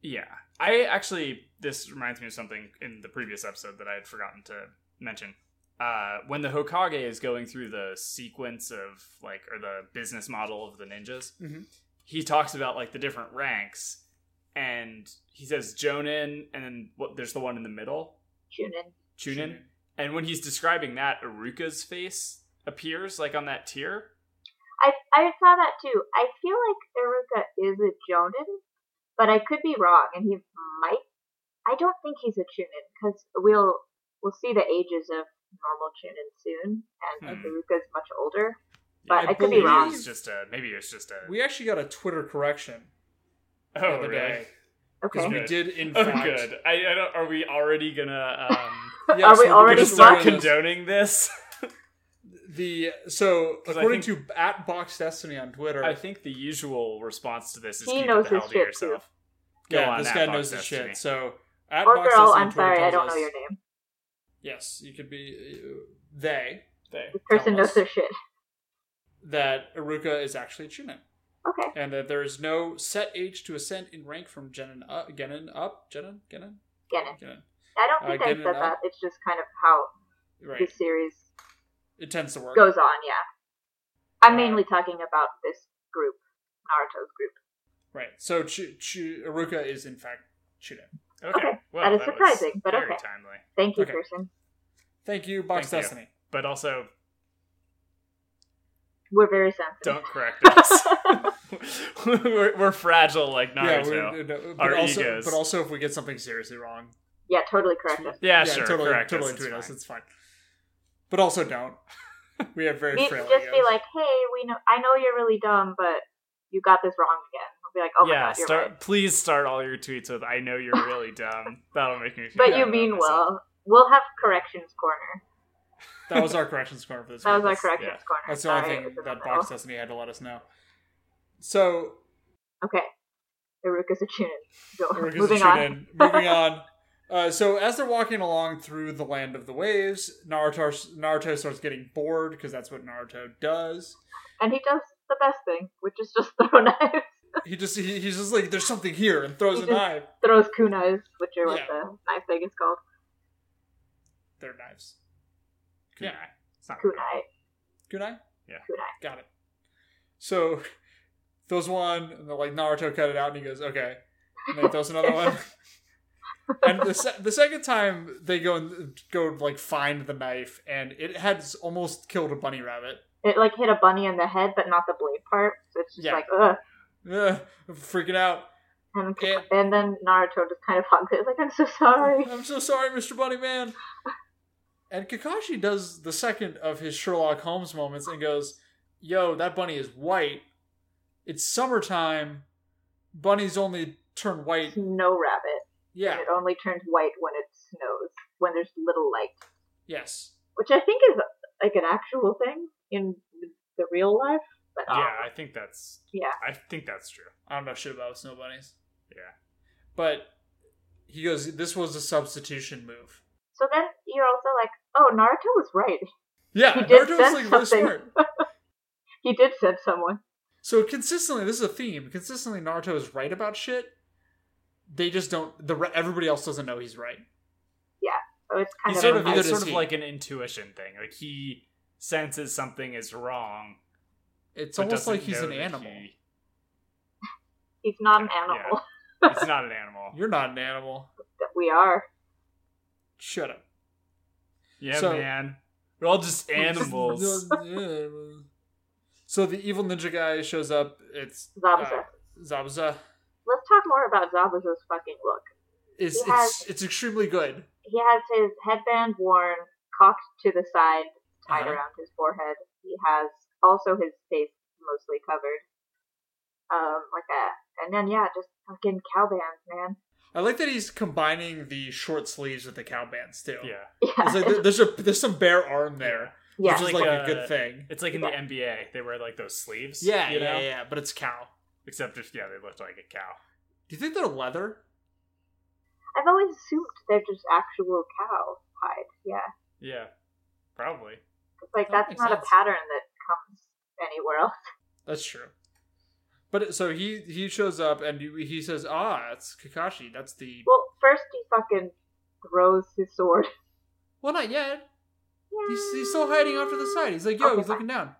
Yeah. I actually, this reminds me of something in the previous episode that I had forgotten to mention. Uh, when the Hokage is going through the sequence of, like, or the business model of the ninjas, Mhm. he talks about, like, the different ranks, and he says Jonin, and then what, there's the one in the middle, Chunin. Chunin. And when he's describing that, Aruka's face appears, like, on that tier. I I saw that too. I feel like Iruka is a Jonin, but I could be wrong, and he might. I don't think he's a Chunin because we'll we'll see the ages of normal Chunin soon, and Hmm. Iruka is much older. But I Uh, I, could be believe- wrong. It's just a, maybe it's just a, We actually got a Twitter correction the oh, other really? day because Okay. we Good. did in Oh, fact. good. I, I don't, are we already gonna, (laughs) um... Yes, Are we we're gonna already gonna start Right. condoning this. The so 'Cause I according to at Box Destiny on Twitter, (laughs) I think the usual response to this is He keep knows it the hell his to shit, yourself. Go yeah, on, this at guy Box knows his Destiny. shit. So at Or Box girl, Destiny on I'm Twitter sorry, I tells don't know us- your name. Yes, you could be uh, they There. This person tell knows us. their shit. that Aruka is actually a Chunin, Okay. and that there is no set age to ascend in rank from Genin up, Genin up, Genin, Genin, Ganon. Genin. I don't think Uh, I Ganon said that. up. It's just kind of how Right, this series it tends to work. goes on, yeah. I'm Uh, mainly talking about this group, Naruto's group. Right, so Ch- Ch- Aruka is in fact Chunin. Okay. Okay, Well, that is was surprising, but very okay. timely. Thank you, Okay. Kirsten. Thank you, Box Thank you. Destiny. But (laughs) also, We're very sensitive. don't correct us. (laughs) we're, we're fragile like Yeah, Naruto. we're- no, but Our also, egos. but also if we get something seriously wrong, Yeah, totally correct us. yeah, sure. totally, correct totally us, tweet us. it's It's fine. But also don't. (laughs) We have very You frail. just be egos. like, hey, we know, I know you're really dumb, but you got this wrong again. I'll be like, oh fine. yeah, my god, you're start. right. Please start all your tweets with "I know you're really dumb." That'll make me. feel But better you about mean myself. well. We'll have corrections corner. that was our corrections corner for this. That week. was our That's- corrections corner. That's the Sorry, only it thing was in the that middle. Box Destiny had to let us know. So Okay, Iruka's a tunin. Go. Eric is Moving a (laughs) on. (laughs) tune in. Moving on. Uh, so as they're walking along through the land of the waves, Naruto Naruto starts getting bored because that's what Naruto does. And he does the best thing, which is just (laughs) throw knives. He just he, he's just like there's something here and throws He a just- knife. Throws kunais, which are what Yeah. the knife thing is called. They're knives. Yeah. It's not Kunai. Kunai? Yeah. Kunai. Got it. So throws one, and they're like, Naruto cut it out, and he goes, okay. And then he throws another (laughs) one. and the, se- the second time they go and go like find the knife, and it had s- almost killed a bunny rabbit. It like hit a bunny in the head, but not the blade part. So it's just Yeah. like ugh. Ugh, I'm freaking out. And, Yeah. and then Naruto just kind of hugs it. Like I'm so (laughs) sorry. I'm so sorry, Mr. Bunny Man. And Kakashi does the second of his Sherlock Holmes moments and goes, Yo, that bunny is white. It's summertime. Bunnies only turn white. Snow rabbit. Yeah. And it only turns white when it snows, when there's little light, Yes. which I think is like an actual thing in the real life. But um, Yeah, I think that's yeah. I think that's true. I don't know shit about snow bunnies. Yeah. But he goes, This was a substitution move. So then you're also like, oh, Naruto was right. (laughs) Yeah, He did Naruto was sense like really something. smart. He did send someone. So consistently, this is a theme. Consistently, Naruto is right about shit. They just don't. The re- everybody else doesn't know he's right. So it's kind He's of sort sort of of neither it's does sort of he. like an intuition thing. Like he senses something is wrong. It's but almost doesn't like he's know an that animal. he- he's not an animal. it's not an animal. (laughs) You're not an animal. (laughs) That we are. Shut up. Yeah, So- man. We're (laughs) all just (laughs) animals. so the evil ninja guy shows up. It's Zabuza. uh, Zabuza. Let's talk more about Zabuza's fucking look. Is He has- it's it's extremely good. He has his headband worn, cocked to the side, tied Uh-huh. around his forehead. He has also his face mostly covered. Um, like a, and then yeah, just fucking cowbands, man. (laughs) I like that he's combining the short sleeves with the cowbands too. yeah. Yeah, It's like there- there's a there's some bare arm there, (laughs) yeah. which is Like, like a uh, good thing. It's like in the NBA, they wear like those sleeves. Yeah, you yeah, know? yeah. But it's cow. Except if yeah, they looked like a cow. Do you think they're leather? I've always assumed they're just actual cow hide. Yeah, Yeah, Uh, probably. it's like That that's makes not sense. a pattern that comes anywhere else. That's true. But it- so he he shows up and he he says, "Ah, it's Kakashi. That's the Well, first he fucking throws his sword. (laughs) well, not yet. He's, he's still hiding off to the side. He's like, yo, he's looking down.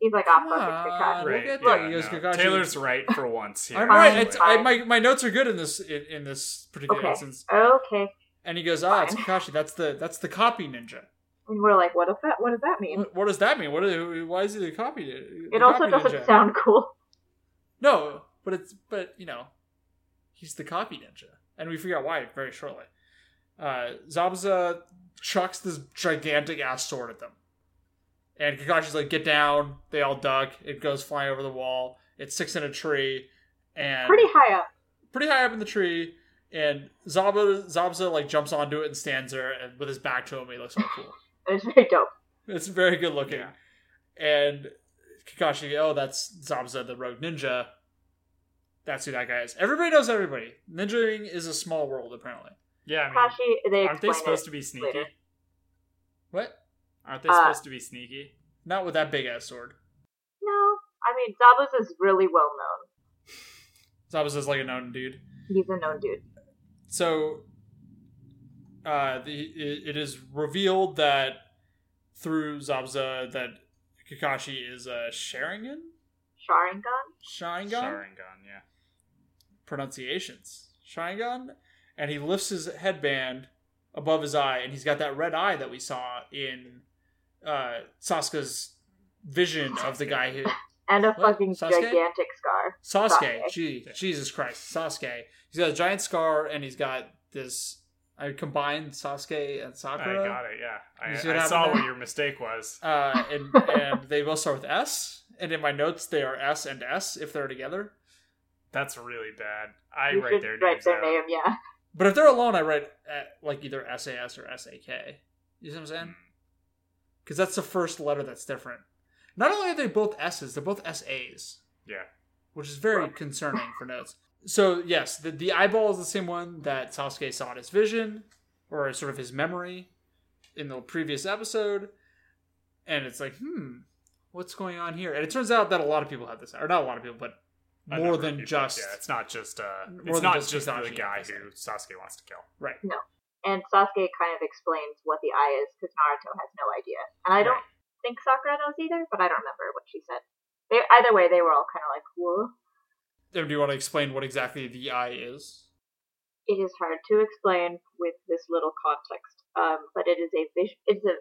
He's like, Come ah, on. fucking Kakashi. We'll Right. get yeah, there. He goes, no. "Kakashi." Taylor's right for (laughs) once here. I'm Fine, right. It's, I, fine. my my notes are good in this in, in this particular Okay. instance. Okay, And he goes, ah, it's Fine. Kakashi. That's the that's the copy ninja. and we're like, what does that? What does that Mm, mean? What, what does that mean? What? Is, why is he the copy? the It also copy doesn't ninja? sound cool. No, but it's but you know, he's the copy ninja, and we figure out why very shortly. Uh, Zabuza chucks this gigantic ass sword at them, and Kakashi's like, "Get down!" They all duck. It goes flying over the wall. It sticks in a tree, and Pretty high up. pretty high up in the tree. And Zabuza, Zabuza like jumps onto it and stands there and with his back to him. He looks all cool. It's very dope. It's very good looking. Yeah. And Kakashi, oh, that's Zabuza, the rogue ninja. That's who that guy is. Everybody knows everybody. Ninjaing is a small world, apparently. Yeah, I mean, Kakashi, they aren't they explain supposed it. to be sneaky? later. What? Aren't they Uh, supposed to be sneaky? Not with that big ass sword. No, I mean Zabuza is really well known. Zabuza's like a known dude. He's a known dude. So, uh, the it, it is revealed that through Zabuza that Kakashi is a Sharingan. Sharingan. Sharingan. Sharingan, yeah. pronunciations. Sharingan, and he lifts his headband above his eye, and he's got that red eye that we saw in uh, Sasuke's vision of the guy who And a What? fucking Sasuke? gigantic scar. Sasuke. Sasuke. Gee, Jesus Christ, Sasuke. He's got a giant scar, and he's got this. I combined Sasuke and I Sakura, got it. You see what Yeah, happened I, I saw there? what your mistake was. uh, (laughs) and and they both start with S. And in my notes, they are S and S if they're together. That's really bad. I you write should their write names their out. name, yeah. But if they're alone, I write uh, like either S A S or S A K. You see what I'm saying? Mm. because that's the first letter that's different. Not only are they both S's, they're both SAs, Yeah. which is very concerning for notes. So yes, the, the eyeball is the same one that Sasuke saw in his vision, or sort of his memory, in the previous episode, and it's like, hmm, what's going on here? And it turns out that a lot of people have this, or not a lot of people, but A more number of than people. just yeah, it's not just uh, More it's than not just just the Kakashi, guy obviously. who Sasuke wants to kill. right. And Sasuke kind of explains what the eye is because Naruto has no idea. And I don't think Sakura knows either, but I don't remember what she said. They, either way, they were all kind of like, whoa. Do you want to explain what exactly the eye is? it is hard to explain with this little context. Um, but it is a vis- it's a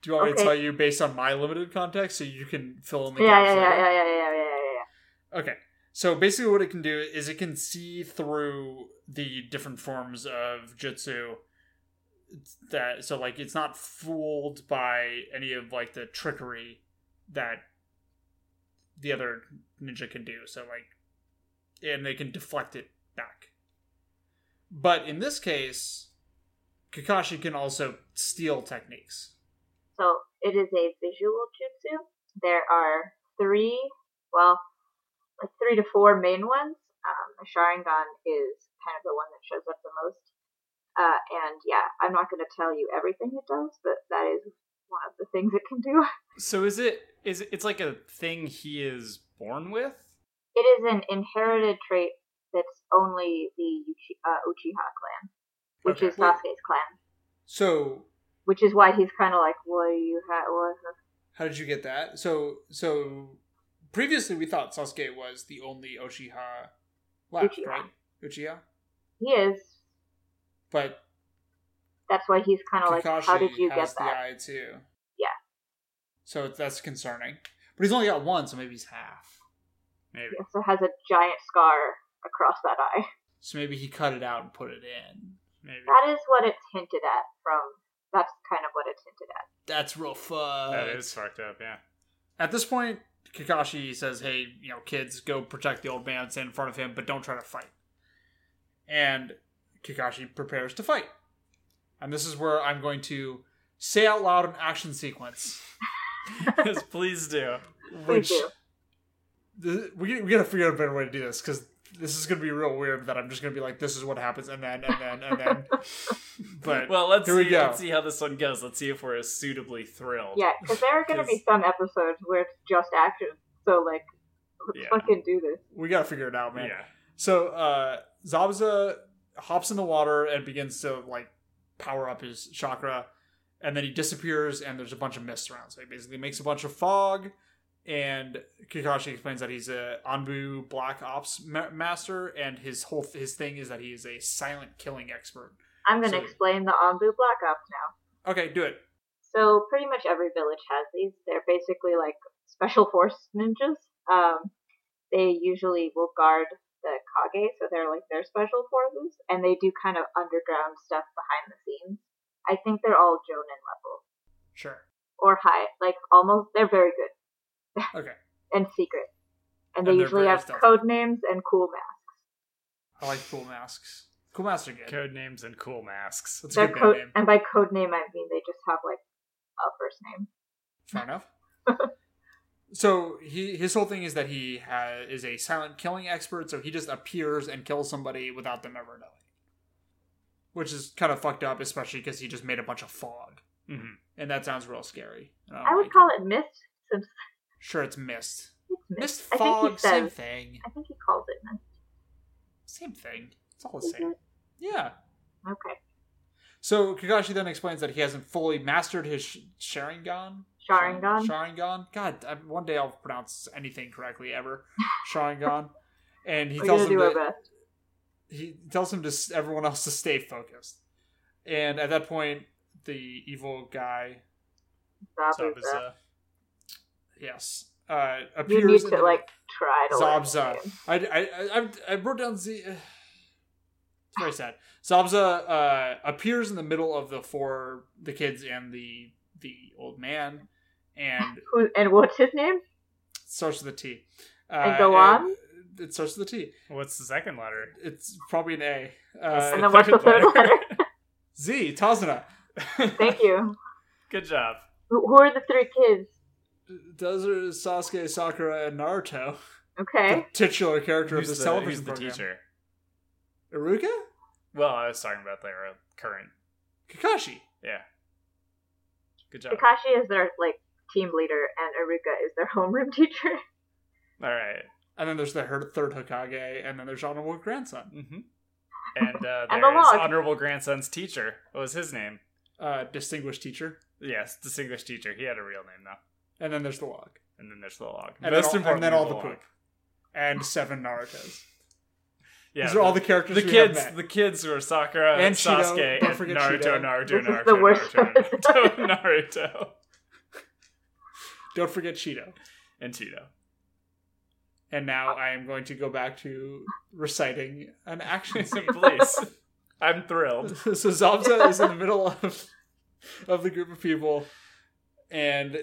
Do you want me to Okay. tell you based on my limited context so you can fill in the yeah yeah gaps? yeah later? yeah yeah yeah yeah yeah. yeah. Okay. So basically, what it can do is it can see through the different forms of jutsu. It's That so like it's not fooled by any of like the trickery that the other ninja can do. So like, and they can deflect it back. But in this case, Kakashi can also steal techniques. So it is a visual jutsu. There are three, well, like three to four main ones. Um, the Sharingan is kind of the one that shows up the most. Uh, and yeah, I'm not going to tell you everything it does, but that is one of the things it can do. (laughs) So is it is it, it's like a thing he is born with? It is an inherited trait that's only the Uchi- uh, Uchiha clan, which Okay. is Sasuke's clan. So which is why he's kind of like, "What do you have?" What How did you get that? So so previously we thought Sasuke was the only Oshiha left, Uchiha. right? Uchiha. he is. But That's why he's kind of like, Kakashi "How did you has get the that?" eye too. Yeah. So that's concerning. But he's only got one, so maybe he's half. Maybe. He also has a giant scar across that eye. So maybe he cut it out and put it in. Maybe. That is what it's hinted at from. That's kind of what it's hinted at. That's real fun. that is fucked up, (laughs) yeah. At this point, Kakashi says, "Hey, you know, kids, go protect the old man, stand in front of him, but don't try to fight." And Kakashi prepares to fight. And this is where I'm going to say out loud an action sequence, yes, please do. Please which do. th- we we gotta figure out a better way to do this because this is gonna be real weird. That I'm just gonna be like, "This is what happens," and then and then and then. but Well, let's Here we see go. let's see how this one goes. Let's see if we're suitably thrilled. Yeah, because there are going to be some episodes where it's just action. So like, let's Yeah. fucking do this. we gotta figure it out, man. Yeah. So uh Zabuza hops in the water and begins to like power up his chakra, and then he disappears and there's a bunch of mist around. So he basically makes a bunch of fog, and Kakashi explains that he's a Anbu Black Ops ma- master, and his whole his thing is that he is a silent killing expert. I'm going to So- explain the Ombu Black Ops now. Okay, do it. So pretty much every village has these. They're basically like special force (laughs) ninjas. Um, they usually will guard the kage, so they're like their special forces, and they do kind of underground stuff behind the scenes. I think they're all jonin level Sure. or high, like almost. They're very good Okay, and secret, and And they they're usually very have stealthy. code names and cool masks. I like cool masks. Cool masks are good. Code names and cool masks. (laughs) That's a Their good code, band name. and by code name I mean they just have like a first name. Fair (laughs) enough. so he his whole thing is that he ha is a silent killing expert, so he just appears and kills somebody without them ever knowing, which is kind of fucked up, especially because he just made a bunch of fog, hmm and that sounds real scary. and don't I would like call it mist, since sure it's mist, it's mist mist. I think he fog, same says- thing, I think he calls it mist. same thing. It's all the Is same. Yeah. Okay, So Kakashi then explains that he hasn't fully mastered his sh- Sharingan. Sharingan. Sharingan. God, I, one day I'll pronounce anything correctly (laughs) ever. Sharingan. And he We're tells gonna him do our that best. he tells him to s- everyone else to stay focused. And at that point, the evil guy, Zabuza. Zabuza. yes, uh, appears. You need in to the- like try to learn his Zabza. name. I, I, I, I wrote down Z. It's very sad. Zabza uh, appears in the middle of the four, the kids and the the old man, and Who and what's his name? starts with a T. Uh, And go on? It starts with a T. What's the second letter? It's probably an A. And Uh, then what's the third second letter? Z. Tazuna. (laughs) Thank you. Good job. Who who are the three kids? Those are Sasuke, Sakura, and Naruto. Okay. The titular character Who's of this the, television who's the program. teacher? Iruka? Well, I was talking about their uh, current. Kakashi. Yeah. Good job. Kakashi is their like team leader, and Aruka is their (laughs) homeroom teacher. All right. And then there's the her- third Hokage, and then there's honorable grandson. (laughs) Mm-hmm. And uh, And the there's log. honorable grandson's teacher. What was his name? Uh, distinguished teacher. Yes, distinguished teacher. He had a real name though. And then there's the log. And then there's the log. And, Most then, all, and then importantly, all the log. poop. And seven Naruto's. Yeah, These are all the characters the we have kids, met. the kids were Sakura And and Cheeto. Sasuke Don't and forget Naruto, Cheeto. Naruto, This Naruto, is (laughs) the worst Naruto, Naruto, one. Naruto, (laughs) Don't forget Cheeto. and Cheeto. And now I am going to go back to reciting an (laughs) action scene. (laughs) Please, I'm (laughs) thrilled. so Zamza is in the middle of of the group of people, and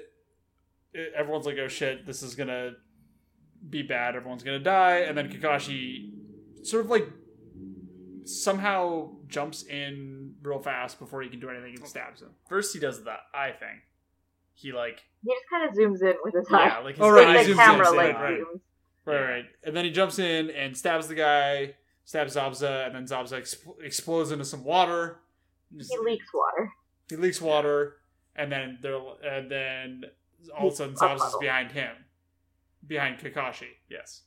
it- everyone's like, "Oh shit, this is gonna be bad. Everyone's gonna die." And then Kakashi sort of like somehow jumps in real fast before he can do anything and stabs him. First, he does the eye thing. He like He just kind of zooms in with his yeah, eye. like his Oh, Like, right, eye he the zooms camera in, like right, right. zooms. Right, right. And then he jumps in and stabs the guy, stabs Zabza, and then Zabza exp- explodes into some water. He leaks water. He leaks water, and then there, and then all of a sudden, Zabza's behind him, behind Kakashi. Yes.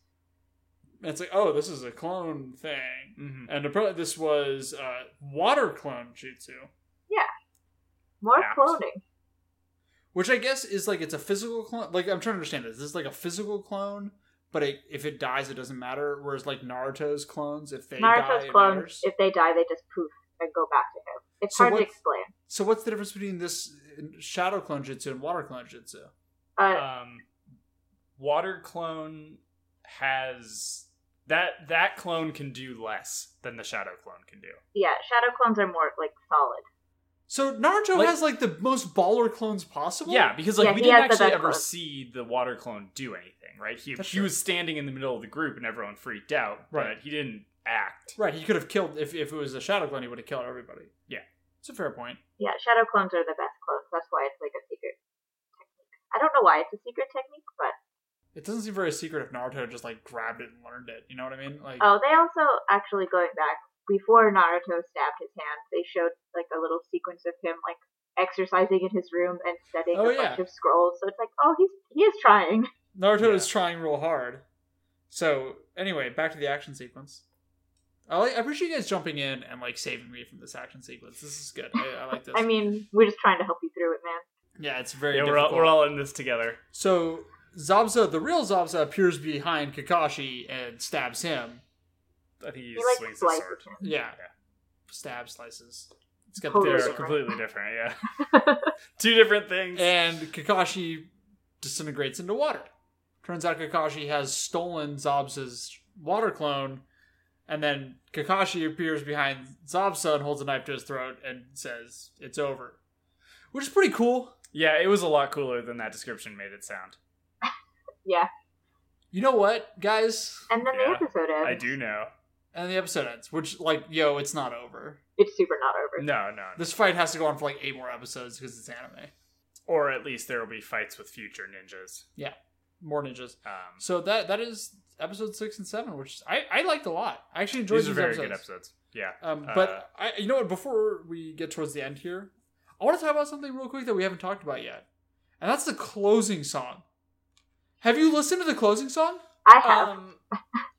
And it's like, oh, this is a clone thing, Mm-hmm. and apparently this was uh, water clone jutsu, More Apt. cloning. which I guess is like it's a physical clone. Like I'm trying to understand this. This is like a physical clone, but it, if it dies, it doesn't matter. Whereas like Naruto's clones, if they die, Naruto's it clones, matters. if they die, they just poof and go back to him. It's So hard to what- explain. So what's the difference between this shadow clone jutsu and water clone jutsu? Uh, Um, water clone has that that clone can do less than the shadow clone can do. yeah, shadow clones are more like solid. So Naruto Like- has like the most baller clones possible. Yeah, because like Yeah, we he didn't has the actually best ever clone. see the water clone do anything, right? He That's he true. was standing in the middle of the group and everyone freaked out, Right. but he didn't act. Right, he could have killed if, if it was a shadow clone, he would have killed everybody. Yeah. It's a fair point. Yeah, shadow clones are the best clones. That's why it's like a secret technique. I don't know why it's a secret technique, but It doesn't seem very secret if Naruto just like grabbed it and learned it. You know what I mean? Like oh, they also actually going back before Naruto stabbed his hand, they showed like a little sequence of him like exercising in his room and studying Oh, a bunch yeah. of scrolls. So it's like, oh, he's he is trying. Naruto Yeah. is trying real hard. So anyway, back to the action sequence. I like I appreciate you guys jumping in and like saving me from this action sequence. This is good. I, I like this. I mean, we're just trying to help you through it, man. yeah, it's very Yeah, we're all, difficult. we're all in this together. So Zabza, the real Zabza, appears behind Kakashi and stabs him. I think he, He like swings his sword. slices him. Yeah, Yeah. stab slices. It's got the Totally big They're different. sword. completely different, yeah. (laughs) Two different things. and Kakashi disintegrates into water. Turns out Kakashi has stolen Zabza's water clone, and then Kakashi appears behind Zabza and holds a knife to his throat and says, "It's over," which is pretty cool. yeah, it was a lot cooler than that description made it sound. Yeah, You know what, guys? and then Yeah, the episode ends. I do know. And the episode ends, which like, yo, it's not over. It's super not over. No, no, no. This fight has to go on for like eight more episodes because it's anime. Or at least there will be fights with future ninjas. More ninjas. Um, So that that is episode six and seven, which I, I liked a lot. I actually enjoyed these these, are very good episodes. episodes. Yeah. Um, Uh, but I, you know what? Before we get towards the end here, I want to talk about something real quick that we haven't talked about yet, and that's the closing song. Have you listened to the closing song? I have. Um,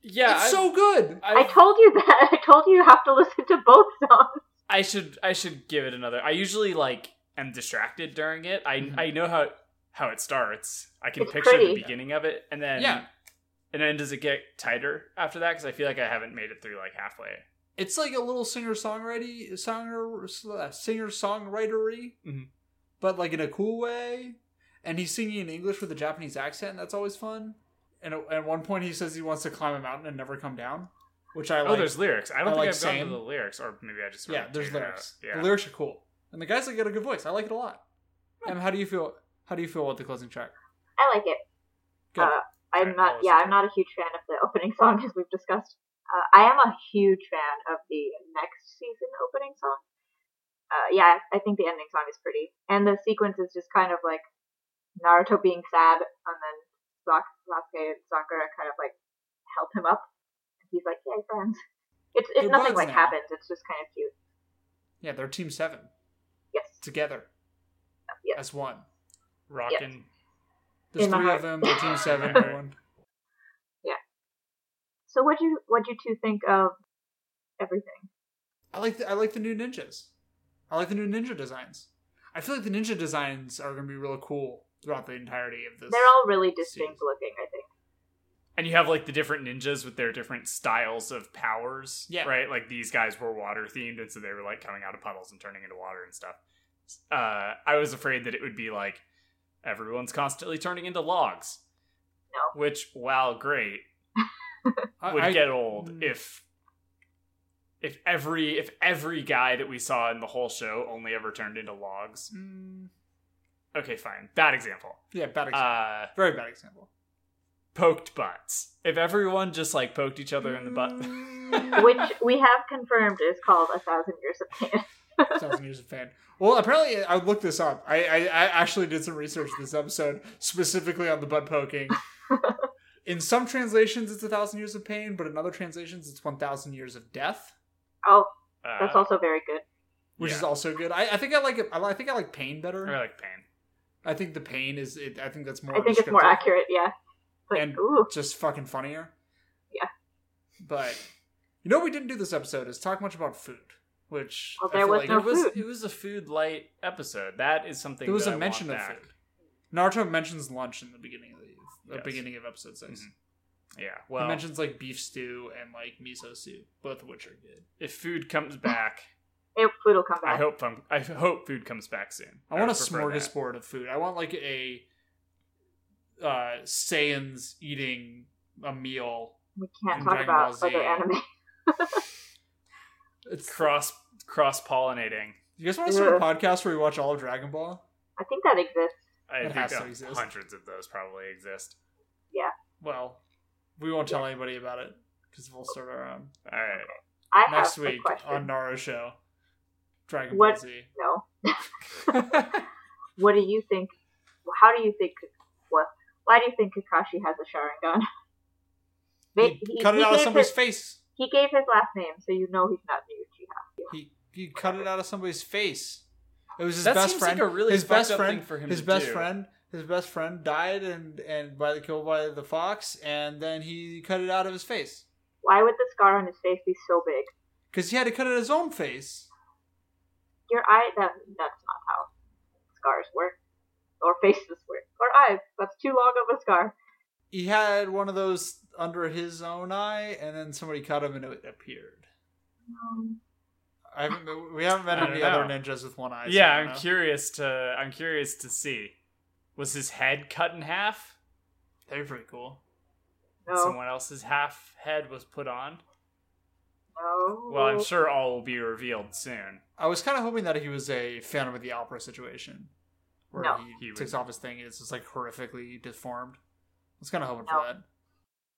yeah. it's I- so good. I told you that. (laughs) I told you you have to listen to both songs. I should I should give it another. I usually like am distracted during it. I Mhm. I know how how it starts. I can It's picture the pretty. beginning of it, and then Yeah. and then does it get tighter after that? Because I feel like I haven't made it through like halfway. It's like a little singer songwriter songer singer songwritery, Mhm. but like in a cool way. And he's singing in English with a Japanese accent. And that's always fun. And at- at one point, he says he wants to climb a mountain and never come down, which I oh, like. there's lyrics. I don't I think like I've Sam. gone to the lyrics, or maybe I just sort yeah, of there's tuned it out. lyrics. The Yeah, lyrics are cool, and the guys like got a good voice. I like it a lot. And how do you feel? How do you feel about the closing track? I like it. Good. Uh, I'm Alright, I'll not. Yeah, listen I'm not a huge fan of the (laughs) opening song as we've discussed. Uh, I am a huge fan of the next season opening song. Uh, yeah, I think the ending song is pretty, and the sequence is just kind of like Naruto being sad, and then Sak- Sasuke and Sakura kind of like help him up. He's like, "Yay, friends!" It's, it's They're buds nothing like now. happens. It's just kind of cute. Yeah, they're Team Seven Yes. together Yes. as one. Rockin'. There's In my three heart. of them. They're Team Seven. they're one. So what you what you two think of everything? I like the, I like the new ninjas. I like the new ninja designs. I feel like the ninja designs are going to be really cool throughout the entirety of this. They're all really distinct seems- looking. I think. And you have like the different ninjas with their different styles of powers. Yeah. Right? Like these guys were water themed, and so they were like coming out of puddles and turning into water and stuff. Uh, I was afraid that it would be like everyone's constantly turning into logs. No. Which, wow, great, I- would I- get old Mm. if if every if every guy that we saw in the whole show only ever turned into logs. Mm, Okay, fine. Bad example. yeah, bad example. Uh Very bad example. poked butts. If everyone just like poked each other in the butt. (laughs) Mm. (laughs) Which we have confirmed is called a thousand years of pain. (laughs) Thousand years of fan. Well, apparently I looked this up. I, I, I actually did some research this episode specifically on the butt (laughs) poking. In some translations, it's a thousand years of pain, but in other translations, it's one thousand years of death, Oh, Uh, that's also very good. which is yeah. also good. I, I think I like it. I, li- I think I like pain better. I like pain. I think the pain is. It, I think that's more. I think it's more descriptive. accurate. Yeah. It's like And- ooh, just fucking funnier. Yeah. But you know what we didn't do this episode is talk much about food, which Well, I there feel was like It no was food. it was a food light episode. That is something. there was that a I mention of want back. food. Naruto mentions lunch in the beginning of the, the Yes. beginning of episode 6 Mhm. Yeah. Well, he mentions like beef stew and like miso soup, both of which are good. if food (laughs) comes back, it, food will come I back. hope fun- I hope food comes back soon. I want a would prefer that. smorgasbord of food. I want like a uh Saiyans eating a meal. we can't in talk Dragon Ball about Z. other anime. (laughs) It's cross cross pollinating. you guys want to start a Yeah. podcast where we watch all of Dragon Ball? I think that exists. I It think has to that exist. hundreds of those probably exist. Well, we won't tell anybody about it because we'll start our own. All right. I next have a week question. on Naro Show. Dragon What- Ball Z. (laughs) No. What do you think? How do you think? What? Why do you think Kakashi has a Sharingan? (laughs) They, He cut it out of gave somebody's his, face. He gave his last name, so you know he's not Uchiha. He he cut it out of somebody's face. It was his That best seems friend. like a really his fucked best up friend thing for him His to best do. friend. His best friend died and and by the killed by the fox, and then he cut it out of his face Why would the scar on his face be so big? because he had to cut it out of his own face. Your eye? That that's not how scars work, or faces work, or eyes. That's too long of a scar. He had one of those under his own eye, and then somebody cut him, and it appeared. I haven't. We haven't met I don't any know. other ninjas with one eye. so yeah, I don't I'm know. curious to I'm curious to see. Was his head cut in half? They're pretty cool. No, Someone else's half head was put on. no. Well, I'm sure all will be revealed soon. I was kind of hoping that he was a Phantom of the Opera situation, where No. he, He would- takes off his thing and it's just like horrifically deformed. I was kind of hoping No. for that.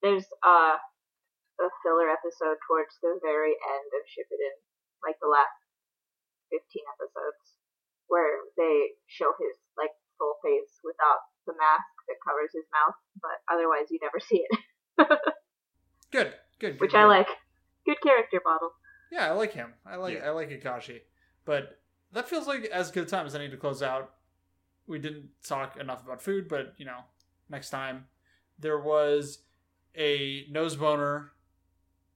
There's uh, a filler episode towards the very end of Shippuden, like the last 15 episodes, where they show his like full face without the mask that covers his mouth, but otherwise you never see it, Good, good. good, which good. I like. Good character model. Yeah, I like him. I like Yeah. I like Ikashi, but that feels like as good a time as any to close out. We didn't talk enough about food, but you know, next time there was a nose boner,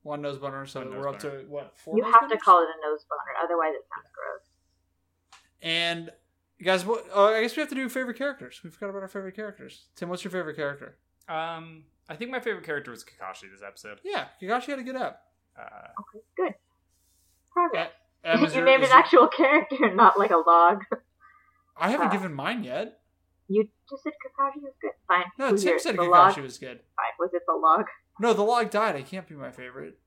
one nose boner. So One nose we're up boner. to what four? You nose have to boners? call it a nose boner, otherwise it sounds gross. And you guys, what, oh, I guess we have to do favorite characters. We forgot about our favorite characters. Tim, what's your favorite character? Um, I think my favorite character was Kakashi this episode. Yeah, Kakashi had a good app. (laughs) Uh, Okay, good. Progress. Em, is (laughs) you your- named is an your- actual character, (laughs) not like a log. I haven't uh, given mine yet. You just said Kakashi was good. Fine. No, Who's Tim your- said the Kakashi log? was good. Fine. Was it the log? No, the log died. I can't be my favorite.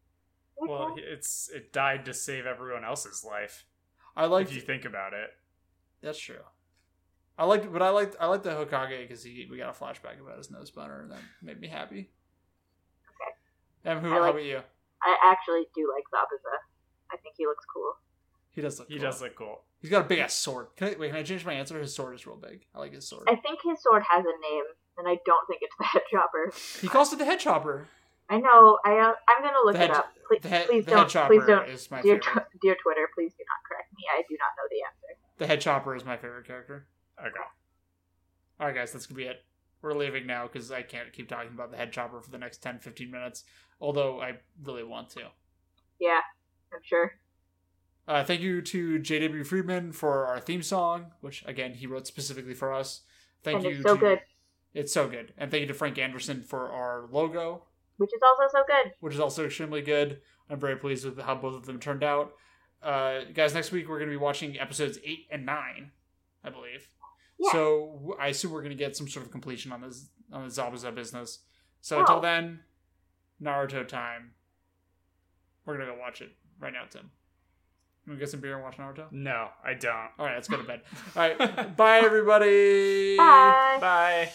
well, it's it died to save everyone else's life. I liked if you think about it, that's true. I liked, but I liked I liked the Hokage because he we got a flashback about his nose boner and that made me happy. Okay. Em, who? I how like- about you? I actually do like Zabuza. I think he looks cool. He does look. he cool. does look cool. He's got a big ass sword. Can I, wait, can I change my answer? His sword is real big. I like his Oh. sword. I think his sword has a name, and I don't think it's the (laughs) head chopper. He calls it the head chopper. I know. I uh, I'm gonna look The it head- up. Please, The head, please the don't. head please chopper don't. is my Dear, favorite. tw- dear Twitter, please do not correct me. I do not know the answer. the head chopper is my favorite character. Okay. All right, guys, that's gonna be it. We're leaving now because I can't keep talking about the head chopper for the next 10, 15 minutes. Although I really want to. Yeah, I'm sure. Uh, thank you to J.W. Friedman for our theme song, which again he wrote specifically for us. Thank And you. it's Oh, so to, good. It's so good, and thank you to Frank Anderson for our logo, Which is also so good. which is also extremely good. I'm very pleased with how both of them turned out. Uh, guys, next week we're going to be watching episodes eight and nine, I believe. Yeah. So w- I assume we're going to get some sort of completion on this on the Zabuza business. So Oh. until then, Naruto time. We're gonna go watch it right now, Tim. You wanna get some beer and watch Naruto? No, I don't. All right, let's go to bed. All right, bye everybody. Bye. Bye.